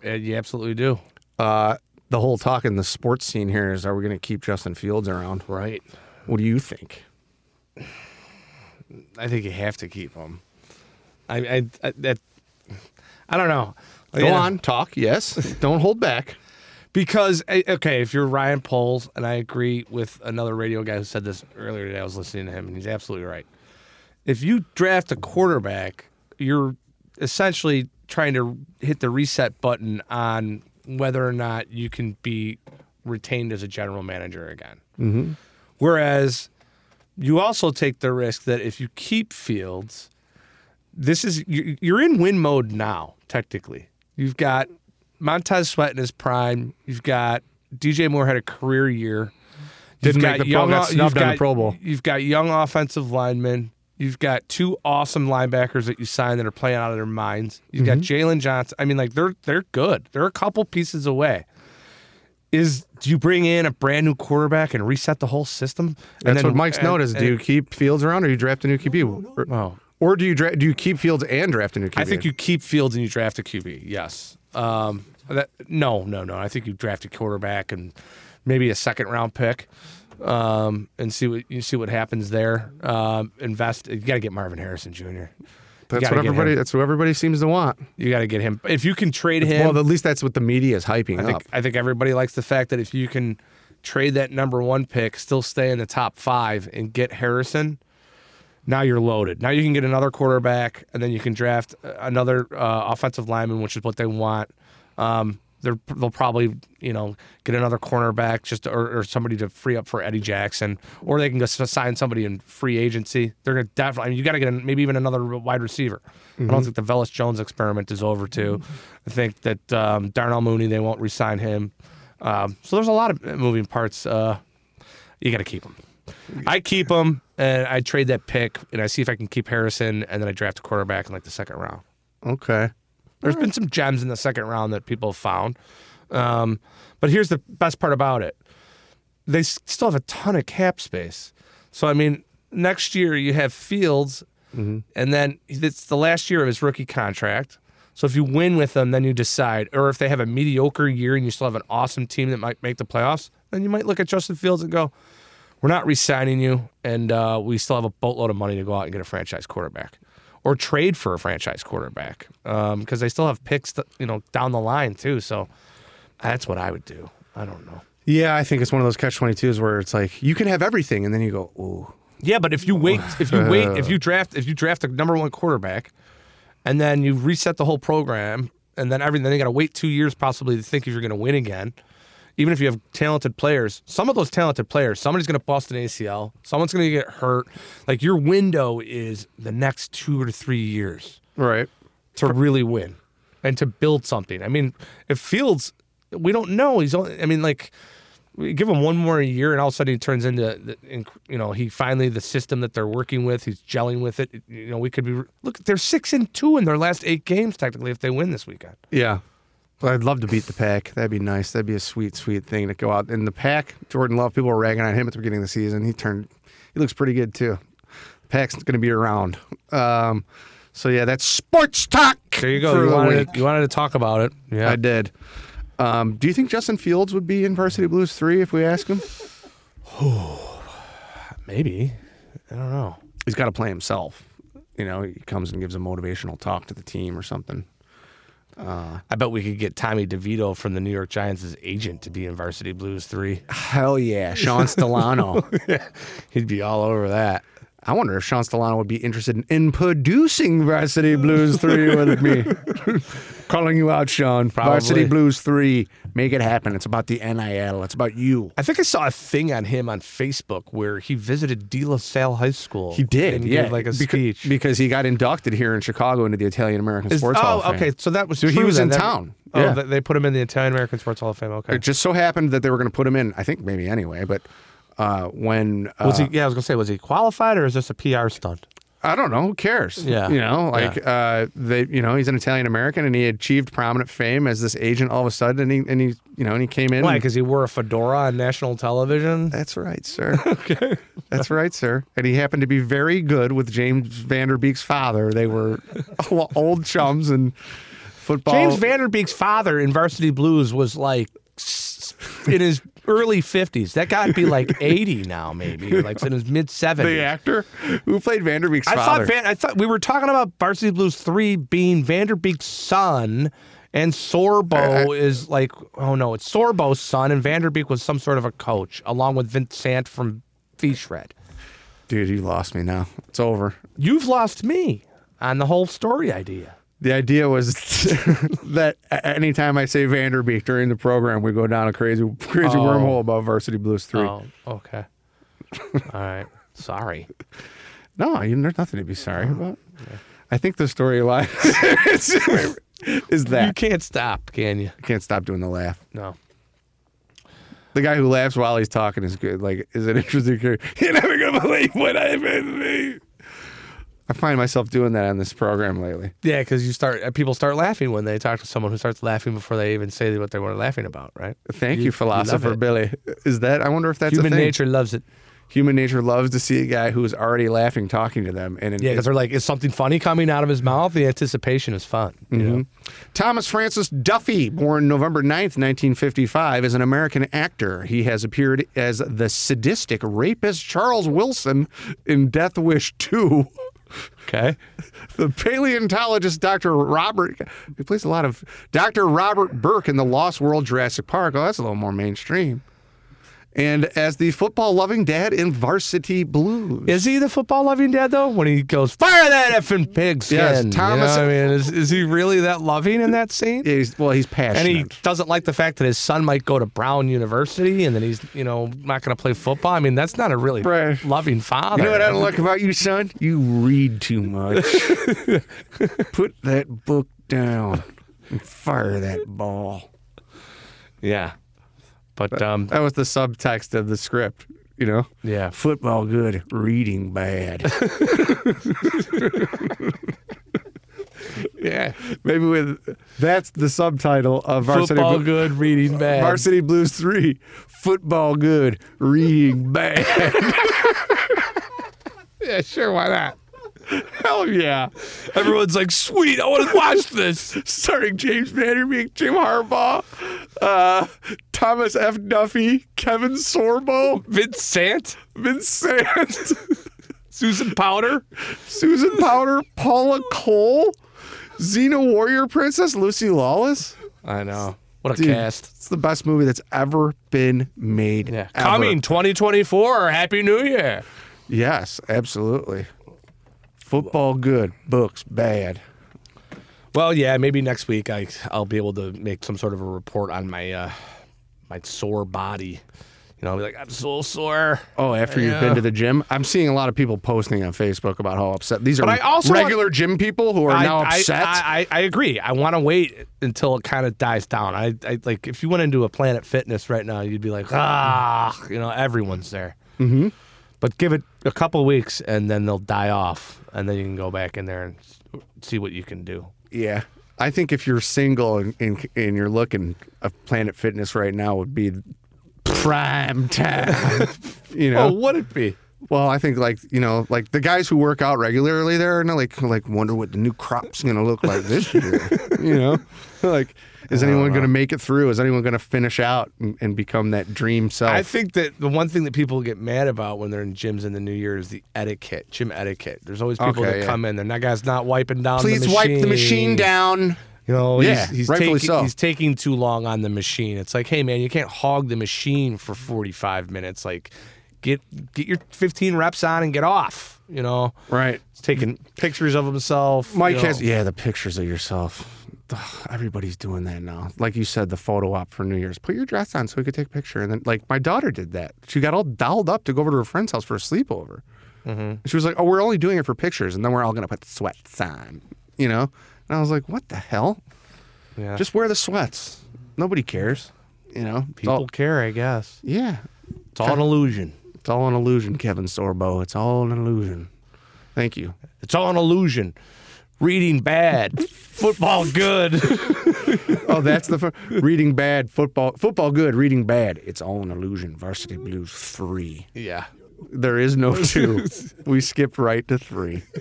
Speaker 2: Yeah, you absolutely do.
Speaker 1: Uh, the whole talk in the sports scene here is: Are we going to keep Justin Fields around?
Speaker 2: Right.
Speaker 1: What do you think?
Speaker 2: I think you have to keep him. I, I, I that, I don't know.
Speaker 1: Go on, talk. Yes,
Speaker 2: [laughs]
Speaker 1: don't hold back.
Speaker 2: Because eh, okay, if you're Ryan Poles, and I agree with another radio guy who said this earlier today, I was listening to him, and he's absolutely right. If you draft a quarterback, you're essentially trying to hit the reset button on whether or not you can be retained as a general manager again. Mm-hmm. Whereas you also take the risk that if you keep Fields, this is you- you're in win mode now. Technically, you've got Montez Sweat in his prime. You've got DJ Moore had a career year. You've
Speaker 1: Didn't make the Pro, got
Speaker 2: o-
Speaker 1: snubbed
Speaker 2: you've
Speaker 1: on the Pro Bowl.
Speaker 2: You've got young offensive linemen. You've got two awesome linebackers that you signed that are playing out of their minds. You've got
Speaker 1: Mm-hmm.
Speaker 2: Jalen Johnson. I mean, like they're they're good. They're a couple pieces away. Is do you bring in a brand new quarterback and reset the whole system? And
Speaker 1: That's
Speaker 2: then-
Speaker 1: what Mike's
Speaker 2: and-
Speaker 1: note is:
Speaker 2: and-
Speaker 1: Do you keep Fields around, or you draft a new QB? Or,
Speaker 2: Oh.
Speaker 1: or do you dra- do you keep Fields and draft a new QB?
Speaker 2: I think you keep Fields and you draft a QB. Yes. Um, that, no, no, no. I think you draft a quarterback and maybe a second round pick, um, and see what you see what happens there. Um, invest. You got to get Marvin Harrison Jr. You
Speaker 1: That's
Speaker 2: gotta
Speaker 1: what
Speaker 2: get
Speaker 1: everybody.
Speaker 2: him.
Speaker 1: That's what everybody seems to want.
Speaker 2: You got to get him. If you can trade him,
Speaker 1: Well, at least that's what the media is hyping
Speaker 2: I
Speaker 1: up.
Speaker 2: think I think everybody likes the fact that if you can trade that number one pick, still stay in the top five, and get Harrison, now you're loaded. Now you can get another quarterback, and then you can draft uh, another uh, offensive lineman, which is what they want. Um, they're, they'll probably you know get another cornerback just to- or, or somebody to free up for Eddie Jackson, or they can just sign somebody in free agency. They're gonna definitely I mean, you got to get an- maybe even another wide receiver. I don't think the Velas Jones experiment is over too. I think that um, Darnell Mooney they won't re-sign him. Um, so there's a lot of moving parts. Uh, you got to keep him. I keep him and I trade that pick and I see if I can keep Harrison and then I draft a quarterback in like the second round.
Speaker 1: Okay.
Speaker 2: There's been some gems in the second round that people have found. Um, but here's the best part about it they s- still have a ton of cap space. So, I mean, next year you have Fields, and then it's the last year of his rookie contract. So, if you win with them, then you decide. Or if they have a mediocre year and you still have an awesome team that might make the playoffs, then you might look at Justin Fields and go, we're not re-signing you, and uh, we still have a boatload of money to go out and get a franchise quarterback, or trade for a franchise quarterback, because they still have picks, th- you know, down the line too. So that's what I would do. I don't know.
Speaker 1: Yeah, I think it's one of those catch 22s where it's like you can have everything and then you go, "Ooh,
Speaker 2: Yeah, but if you wait, if you wait, if you draft, if you draft a number one quarterback, and then you reset the whole program, and then everything, then you got to wait two years possibly to think if you're going to win again. Even if you have talented players, some of those talented players, somebody's going to bust an ACL, someone's going to get hurt. Like your window is the next two or three years
Speaker 1: right.
Speaker 2: to really win and to build something. I mean, if Fields, we don't know. He's only. I mean, like, we give him one more year, and all of a sudden he turns into, the, in- you know, he finally the system that they're working with. He's gelling with it. You know, we could be look. They're six and two in their last eight games technically if they win this weekend.
Speaker 1: Yeah. Well, I'd love to beat the pack. That'd be nice. That'd be a sweet, sweet thing to go out. And the pack, Jordan Love, people were ragging on him at the beginning of the season. He turned, he looks pretty good too. pack's going to be around. Um, so yeah, that's sports talk.
Speaker 2: There you go.
Speaker 1: for
Speaker 2: You
Speaker 1: the
Speaker 2: wanted,
Speaker 1: week.
Speaker 2: you wanted to talk about it. Yeah.
Speaker 1: I did. Um, do you think Justin Fields would be in Varsity Blues three if we ask him?
Speaker 2: Maybe. I don't know.
Speaker 1: He's got to play himself. You know, he comes and gives a motivational talk to the team or
Speaker 2: [laughs]
Speaker 1: something.
Speaker 2: I bet we could get Tommy DeVito from the New York Giants' as agent to be in Varsity Blues 3.
Speaker 1: Hell yeah, Sean Stellano.
Speaker 2: [laughs] He'd be all over that.
Speaker 1: I wonder if Sean Stellano would be interested in, in producing Varsity Blues 3 with
Speaker 2: [laughs]
Speaker 1: me. Calling you out, Sean. Varsity
Speaker 2: Probably.
Speaker 1: Blues 3. Make it happen. It's about the NIL. It's about you.
Speaker 2: I think I saw a thing on him on Facebook where he visited De La Salle High School. and gave, like a
Speaker 1: Beca-
Speaker 2: speech.
Speaker 1: Because he got inducted here in Chicago into the Italian American
Speaker 2: Is-
Speaker 1: Sports Hall
Speaker 2: oh,
Speaker 1: of Fame.
Speaker 2: okay. So that was
Speaker 1: So he
Speaker 2: true
Speaker 1: was
Speaker 2: then.
Speaker 1: in
Speaker 2: That-
Speaker 1: town.
Speaker 2: Oh,
Speaker 1: Yeah.
Speaker 2: th- they put him in the Italian American Sports Hall of Fame. Okay.
Speaker 1: It just so happened that they were going to put him in. I think maybe anyway, but uh, when uh,
Speaker 2: was he? Yeah, I was gonna say, was he qualified or is this a PR stunt?
Speaker 1: I don't know. Who cares?
Speaker 2: Yeah.
Speaker 1: You know, like uh, they, you know, he's an Italian American and he achieved prominent fame as this agent all of a sudden, and he, and he, you know, and he came in.
Speaker 2: Why?
Speaker 1: and-
Speaker 2: Because he wore a fedora on national television.
Speaker 1: That's right,
Speaker 2: [laughs]
Speaker 1: sir. okay. That's right, sir. And he happened to be very good with James Vanderbeek's father. They were [laughs] o- old chums and football.
Speaker 2: James Vanderbeek's father in Varsity Blues was like s- in his early fifties. That guy'd be like eighty now, maybe, like in his mid seventies.
Speaker 1: the actor who played Vanderbeek's
Speaker 2: I
Speaker 1: father.
Speaker 2: thought Van, I thought we were talking about Varsity Blues three being Vanderbeek's son, and Sorbo is like oh no, it's Sorbo's son, and Vanderbeek was some sort of a coach along with Vincent from Fish Red.
Speaker 1: Dude, you lost me now. It's over.
Speaker 2: You've lost me on the whole story idea.
Speaker 1: The idea was [laughs] that a- anytime I say Vanderbeek during the program, we go down a crazy, crazy wormhole about Varsity Blues 3.
Speaker 2: Oh, [laughs] okay. All right. Sorry.
Speaker 1: No, you, there's nothing to be
Speaker 2: Oh.
Speaker 1: sorry about. I think the storyline [laughs] is, is
Speaker 2: You
Speaker 1: that.
Speaker 2: can't stop, can you?
Speaker 1: I can't stop doing the laugh.
Speaker 2: Uh, No.
Speaker 1: The guy who laughs while he's talking is good. Like, is an interesting character. [laughs] You're never gonna believe what I've been through. I find myself doing that on this program lately.
Speaker 2: Yeah, because you start uh, people start laughing when they talk to someone who starts laughing before they even say what they were laughing about, right?
Speaker 1: Thank you, philosopher
Speaker 2: it.
Speaker 1: Billy. Is that? I wonder if that's
Speaker 2: Human
Speaker 1: a thing.
Speaker 2: nature loves it.
Speaker 1: Human nature loves to see a guy who is already laughing talking to them. And
Speaker 2: Yeah, because they're like, is something funny coming out of his mouth? The anticipation is fun. You know?
Speaker 1: Thomas Francis Duffy, born November 9th, 1955, is an American actor. He has appeared as the sadistic rapist Charles Wilson in Death Wish 2.
Speaker 2: Okay.
Speaker 1: [laughs] The paleontologist Dr. Robert, he plays a lot of Dr. Robert Burke in The Lost World Jurassic Park. Oh, that's a little more mainstream. And as the football loving dad in Varsity Blues.
Speaker 2: Is he the football loving dad though? When he goes, fire that effing pig skin.
Speaker 1: Yes, Thomas-
Speaker 2: You know what I mean, [laughs] is, is he really that loving in that scene?
Speaker 1: He's- well, he's
Speaker 2: And
Speaker 1: passionate.
Speaker 2: he doesn't like the fact that his son might go to Brown University and then he's, you know, not going to play football. I mean, that's not a really
Speaker 1: Right.
Speaker 2: loving father.
Speaker 1: You know what I don't like about you, son? You read too much. [laughs] Put that book down and fire that ball.
Speaker 2: Yeah. But um,
Speaker 1: That was the subtext of the script. you know?
Speaker 2: Yeah.
Speaker 1: Football good, reading bad.
Speaker 2: Yeah.
Speaker 1: Maybe with that's the subtitle of Varsity
Speaker 2: Football
Speaker 1: Blu-
Speaker 2: good, reading bad.
Speaker 1: Varsity Blues 3. Football good, reading bad.
Speaker 2: [laughs] Yeah, sure. Why not?
Speaker 1: Hell yeah.
Speaker 2: [laughs] Everyone's like, sweet. I want to watch this.
Speaker 1: Starring James Vanderbeek, Jim Harbaugh, uh, Thomas F. Duffy, Kevin Sorbo,
Speaker 2: Vince Sant,
Speaker 1: Vincent,
Speaker 2: [laughs] Susan Powder.
Speaker 1: Susan Powder, Paula Cole, Xena Warrior Princess, Lucy Lawless.
Speaker 2: I know. What a
Speaker 1: Dude,
Speaker 2: cast.
Speaker 1: It's the best movie that's ever been made.
Speaker 2: Yeah.
Speaker 1: ever.
Speaker 2: Coming 2024. Happy New Year.
Speaker 1: Yes, absolutely. Football good, books bad.
Speaker 2: Well, yeah, maybe next week I I'll be able to make some sort of a report on my uh my sore body. You know, I'll be like, I'm so sore.
Speaker 1: Oh, after you've been to the gym, I'm seeing a lot of people posting on Facebook about how upset these are.
Speaker 2: But I also want-
Speaker 1: regular gym people who are now
Speaker 2: I,
Speaker 1: upset.
Speaker 2: I, I, I agree. I want to wait until it kind of dies down. I, I like if you went into a Planet Fitness right now, you'd be like, ah, you know, everyone's there. Mm-hmm. But give it a couple weeks, and then they'll die off, and then you can go back in there and s- see what you can do.
Speaker 1: yeah, I think if you're single and, and and you're looking, a Planet Fitness right now would be prime [laughs] time. you know,
Speaker 2: Oh, would it be?
Speaker 1: Well, I think like you know, like the guys who work out regularly there, and like like wonder what the new crop's gonna look like this year. you [laughs] know, like is anyone gonna make it through? Is anyone gonna finish out and, and become that dream self?
Speaker 2: I think that the one thing that people get mad about when they're in gyms in the new year is the etiquette, gym etiquette. There's always people
Speaker 1: Okay,
Speaker 2: that
Speaker 1: yeah.
Speaker 2: come in, and that guy's not wiping down.
Speaker 1: Please
Speaker 2: the
Speaker 1: wipe the machine down.
Speaker 2: You know,
Speaker 1: Yeah,
Speaker 2: he's, he's
Speaker 1: rightfully
Speaker 2: taking
Speaker 1: so.
Speaker 2: he's taking too long on the machine. It's like, hey man, you can't hog the machine for 45 minutes. Like, get get your 15 reps on and get off. You know,
Speaker 1: Right.
Speaker 2: he's taking pictures of himself.
Speaker 1: Mike
Speaker 2: you know.
Speaker 1: has yeah, the pictures of yourself. Ugh, everybody's doing that now. Like you said, the photo op for New Year's. Put your dress on so we could take a picture. And then like my daughter did that. She got all dolled up to go over to her friend's house for a sleepover.
Speaker 2: Mm-hmm.
Speaker 1: And She was like, "Oh, we're only doing it for pictures, and then we're all gonna put sweats on." You know. And I was like, "What the hell?
Speaker 2: Yeah.
Speaker 1: Just wear the sweats. Nobody cares." You know. It's
Speaker 2: people
Speaker 1: all-
Speaker 2: care, I guess.
Speaker 1: yeah.
Speaker 2: It's all an illusion.
Speaker 1: It's all an illusion, Kevin Sorbo. It's all an illusion. Thank you.
Speaker 2: It's all an illusion.
Speaker 1: [laughs]
Speaker 2: Reading bad, football good.
Speaker 1: Oh, that's the fir- reading bad football. Football good, reading bad. It's all an illusion. Varsity Blues three.
Speaker 2: yeah.
Speaker 1: There is no two. we skipped right to three. [laughs]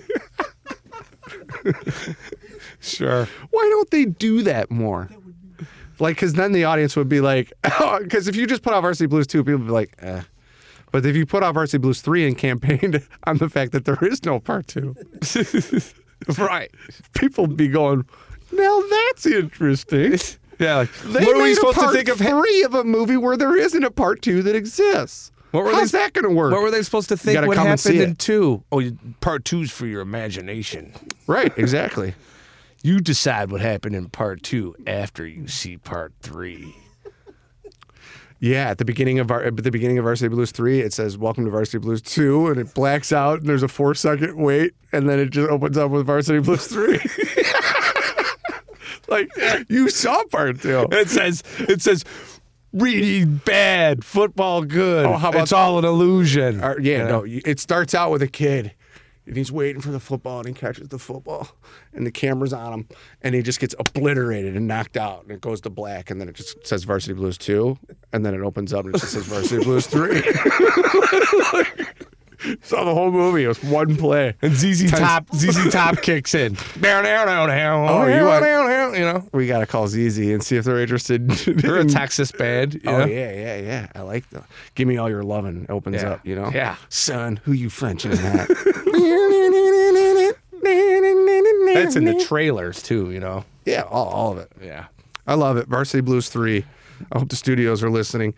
Speaker 2: Sure.
Speaker 1: Why don't they do that more? Like, because then the audience would be like, [laughs] because if you just put out Varsity Blues two, people would be like, eh. But if you put out Varsity Blues three and campaigned [laughs] on the fact that there is no part two,
Speaker 2: Right.
Speaker 1: people would be going, now that's [laughs] interesting.
Speaker 2: Yeah. Like,
Speaker 1: They
Speaker 2: what are
Speaker 1: made
Speaker 2: we
Speaker 1: a
Speaker 2: supposed to
Speaker 1: part
Speaker 2: think of?
Speaker 1: three of a movie where there isn't a part two that exists?
Speaker 2: What were
Speaker 1: How's
Speaker 2: they-
Speaker 1: that going to work?
Speaker 2: What were they supposed to think
Speaker 1: gotta
Speaker 2: would
Speaker 1: come and
Speaker 2: happen
Speaker 1: see
Speaker 2: in
Speaker 1: it.
Speaker 2: two? Oh, you- part two's for your imagination.
Speaker 1: Right, exactly.
Speaker 2: You decide what happened in part two after you see part three.
Speaker 1: [laughs] yeah, at the beginning of our at the beginning of Varsity Blues three, it says "Welcome to Varsity Blues 2, and it blacks out, and there's a four second wait, and then it just opens up with Varsity Blues three. [laughs] like you saw part two.
Speaker 2: [laughs] It says it says reading bad, football good.
Speaker 1: Oh, how about-
Speaker 2: it's all an illusion.
Speaker 1: Or, yeah, no, you- it starts out with a kid. And he's waiting for the football, and he catches the football, and the camera's on him, and he just gets obliterated and knocked out, and it goes to black, and then it just says Varsity Blues two, and then it opens up and it just says Varsity Blues three. [laughs] Saw the whole movie. It was one play.
Speaker 2: And ZZ
Speaker 1: Times-
Speaker 2: Top ZZ Top kicks in. [laughs] Down, down, down, down.
Speaker 1: Oh, you
Speaker 2: down,
Speaker 1: want-
Speaker 2: down, down, you know.
Speaker 1: We gotta call ZZ and see if they're interested.
Speaker 2: They're
Speaker 1: [laughs]
Speaker 2: a
Speaker 1: in-
Speaker 2: Texas band. You
Speaker 1: Oh
Speaker 2: know?
Speaker 1: yeah, yeah, yeah. I like the. Give me all your lovin'. Opens
Speaker 2: Yeah.
Speaker 1: up, you know.
Speaker 2: Yeah.
Speaker 1: Son, who you
Speaker 2: [laughs]
Speaker 1: flinching at?
Speaker 2: That's in the trailers too, you know.
Speaker 1: Yeah, all, all of it.
Speaker 2: Yeah.
Speaker 1: I love it. Varsity Blues 3. I hope the studios are listening.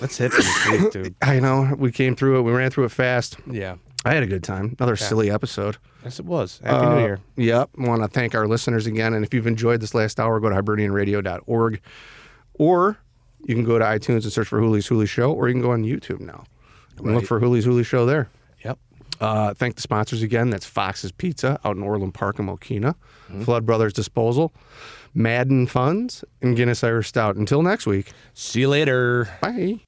Speaker 2: That's it for this week, dude.
Speaker 1: I know we came through it. We ran through it fast.
Speaker 2: [coughs] Yeah.
Speaker 1: I had a good time. Another silly episode.
Speaker 2: Yes, it was. Happy
Speaker 1: Uh,
Speaker 2: New Year.
Speaker 1: Yep. Want to thank our listeners again. And if you've enjoyed this last hour, go to hibernianradio.org or you can go to iTunes and search for Hooley's Hooley Show or you can go on YouTube now and look for Hooley's Hooley Show there.
Speaker 2: Yep.
Speaker 1: Uh, thank the sponsors again. That's Fox's Pizza out in Orland Park in Mokina,
Speaker 2: Mm-hmm.
Speaker 1: Flood Brothers Disposal, Madden Funds, and Guinness Irish Stout. Until next week,
Speaker 2: See you later.
Speaker 1: bye.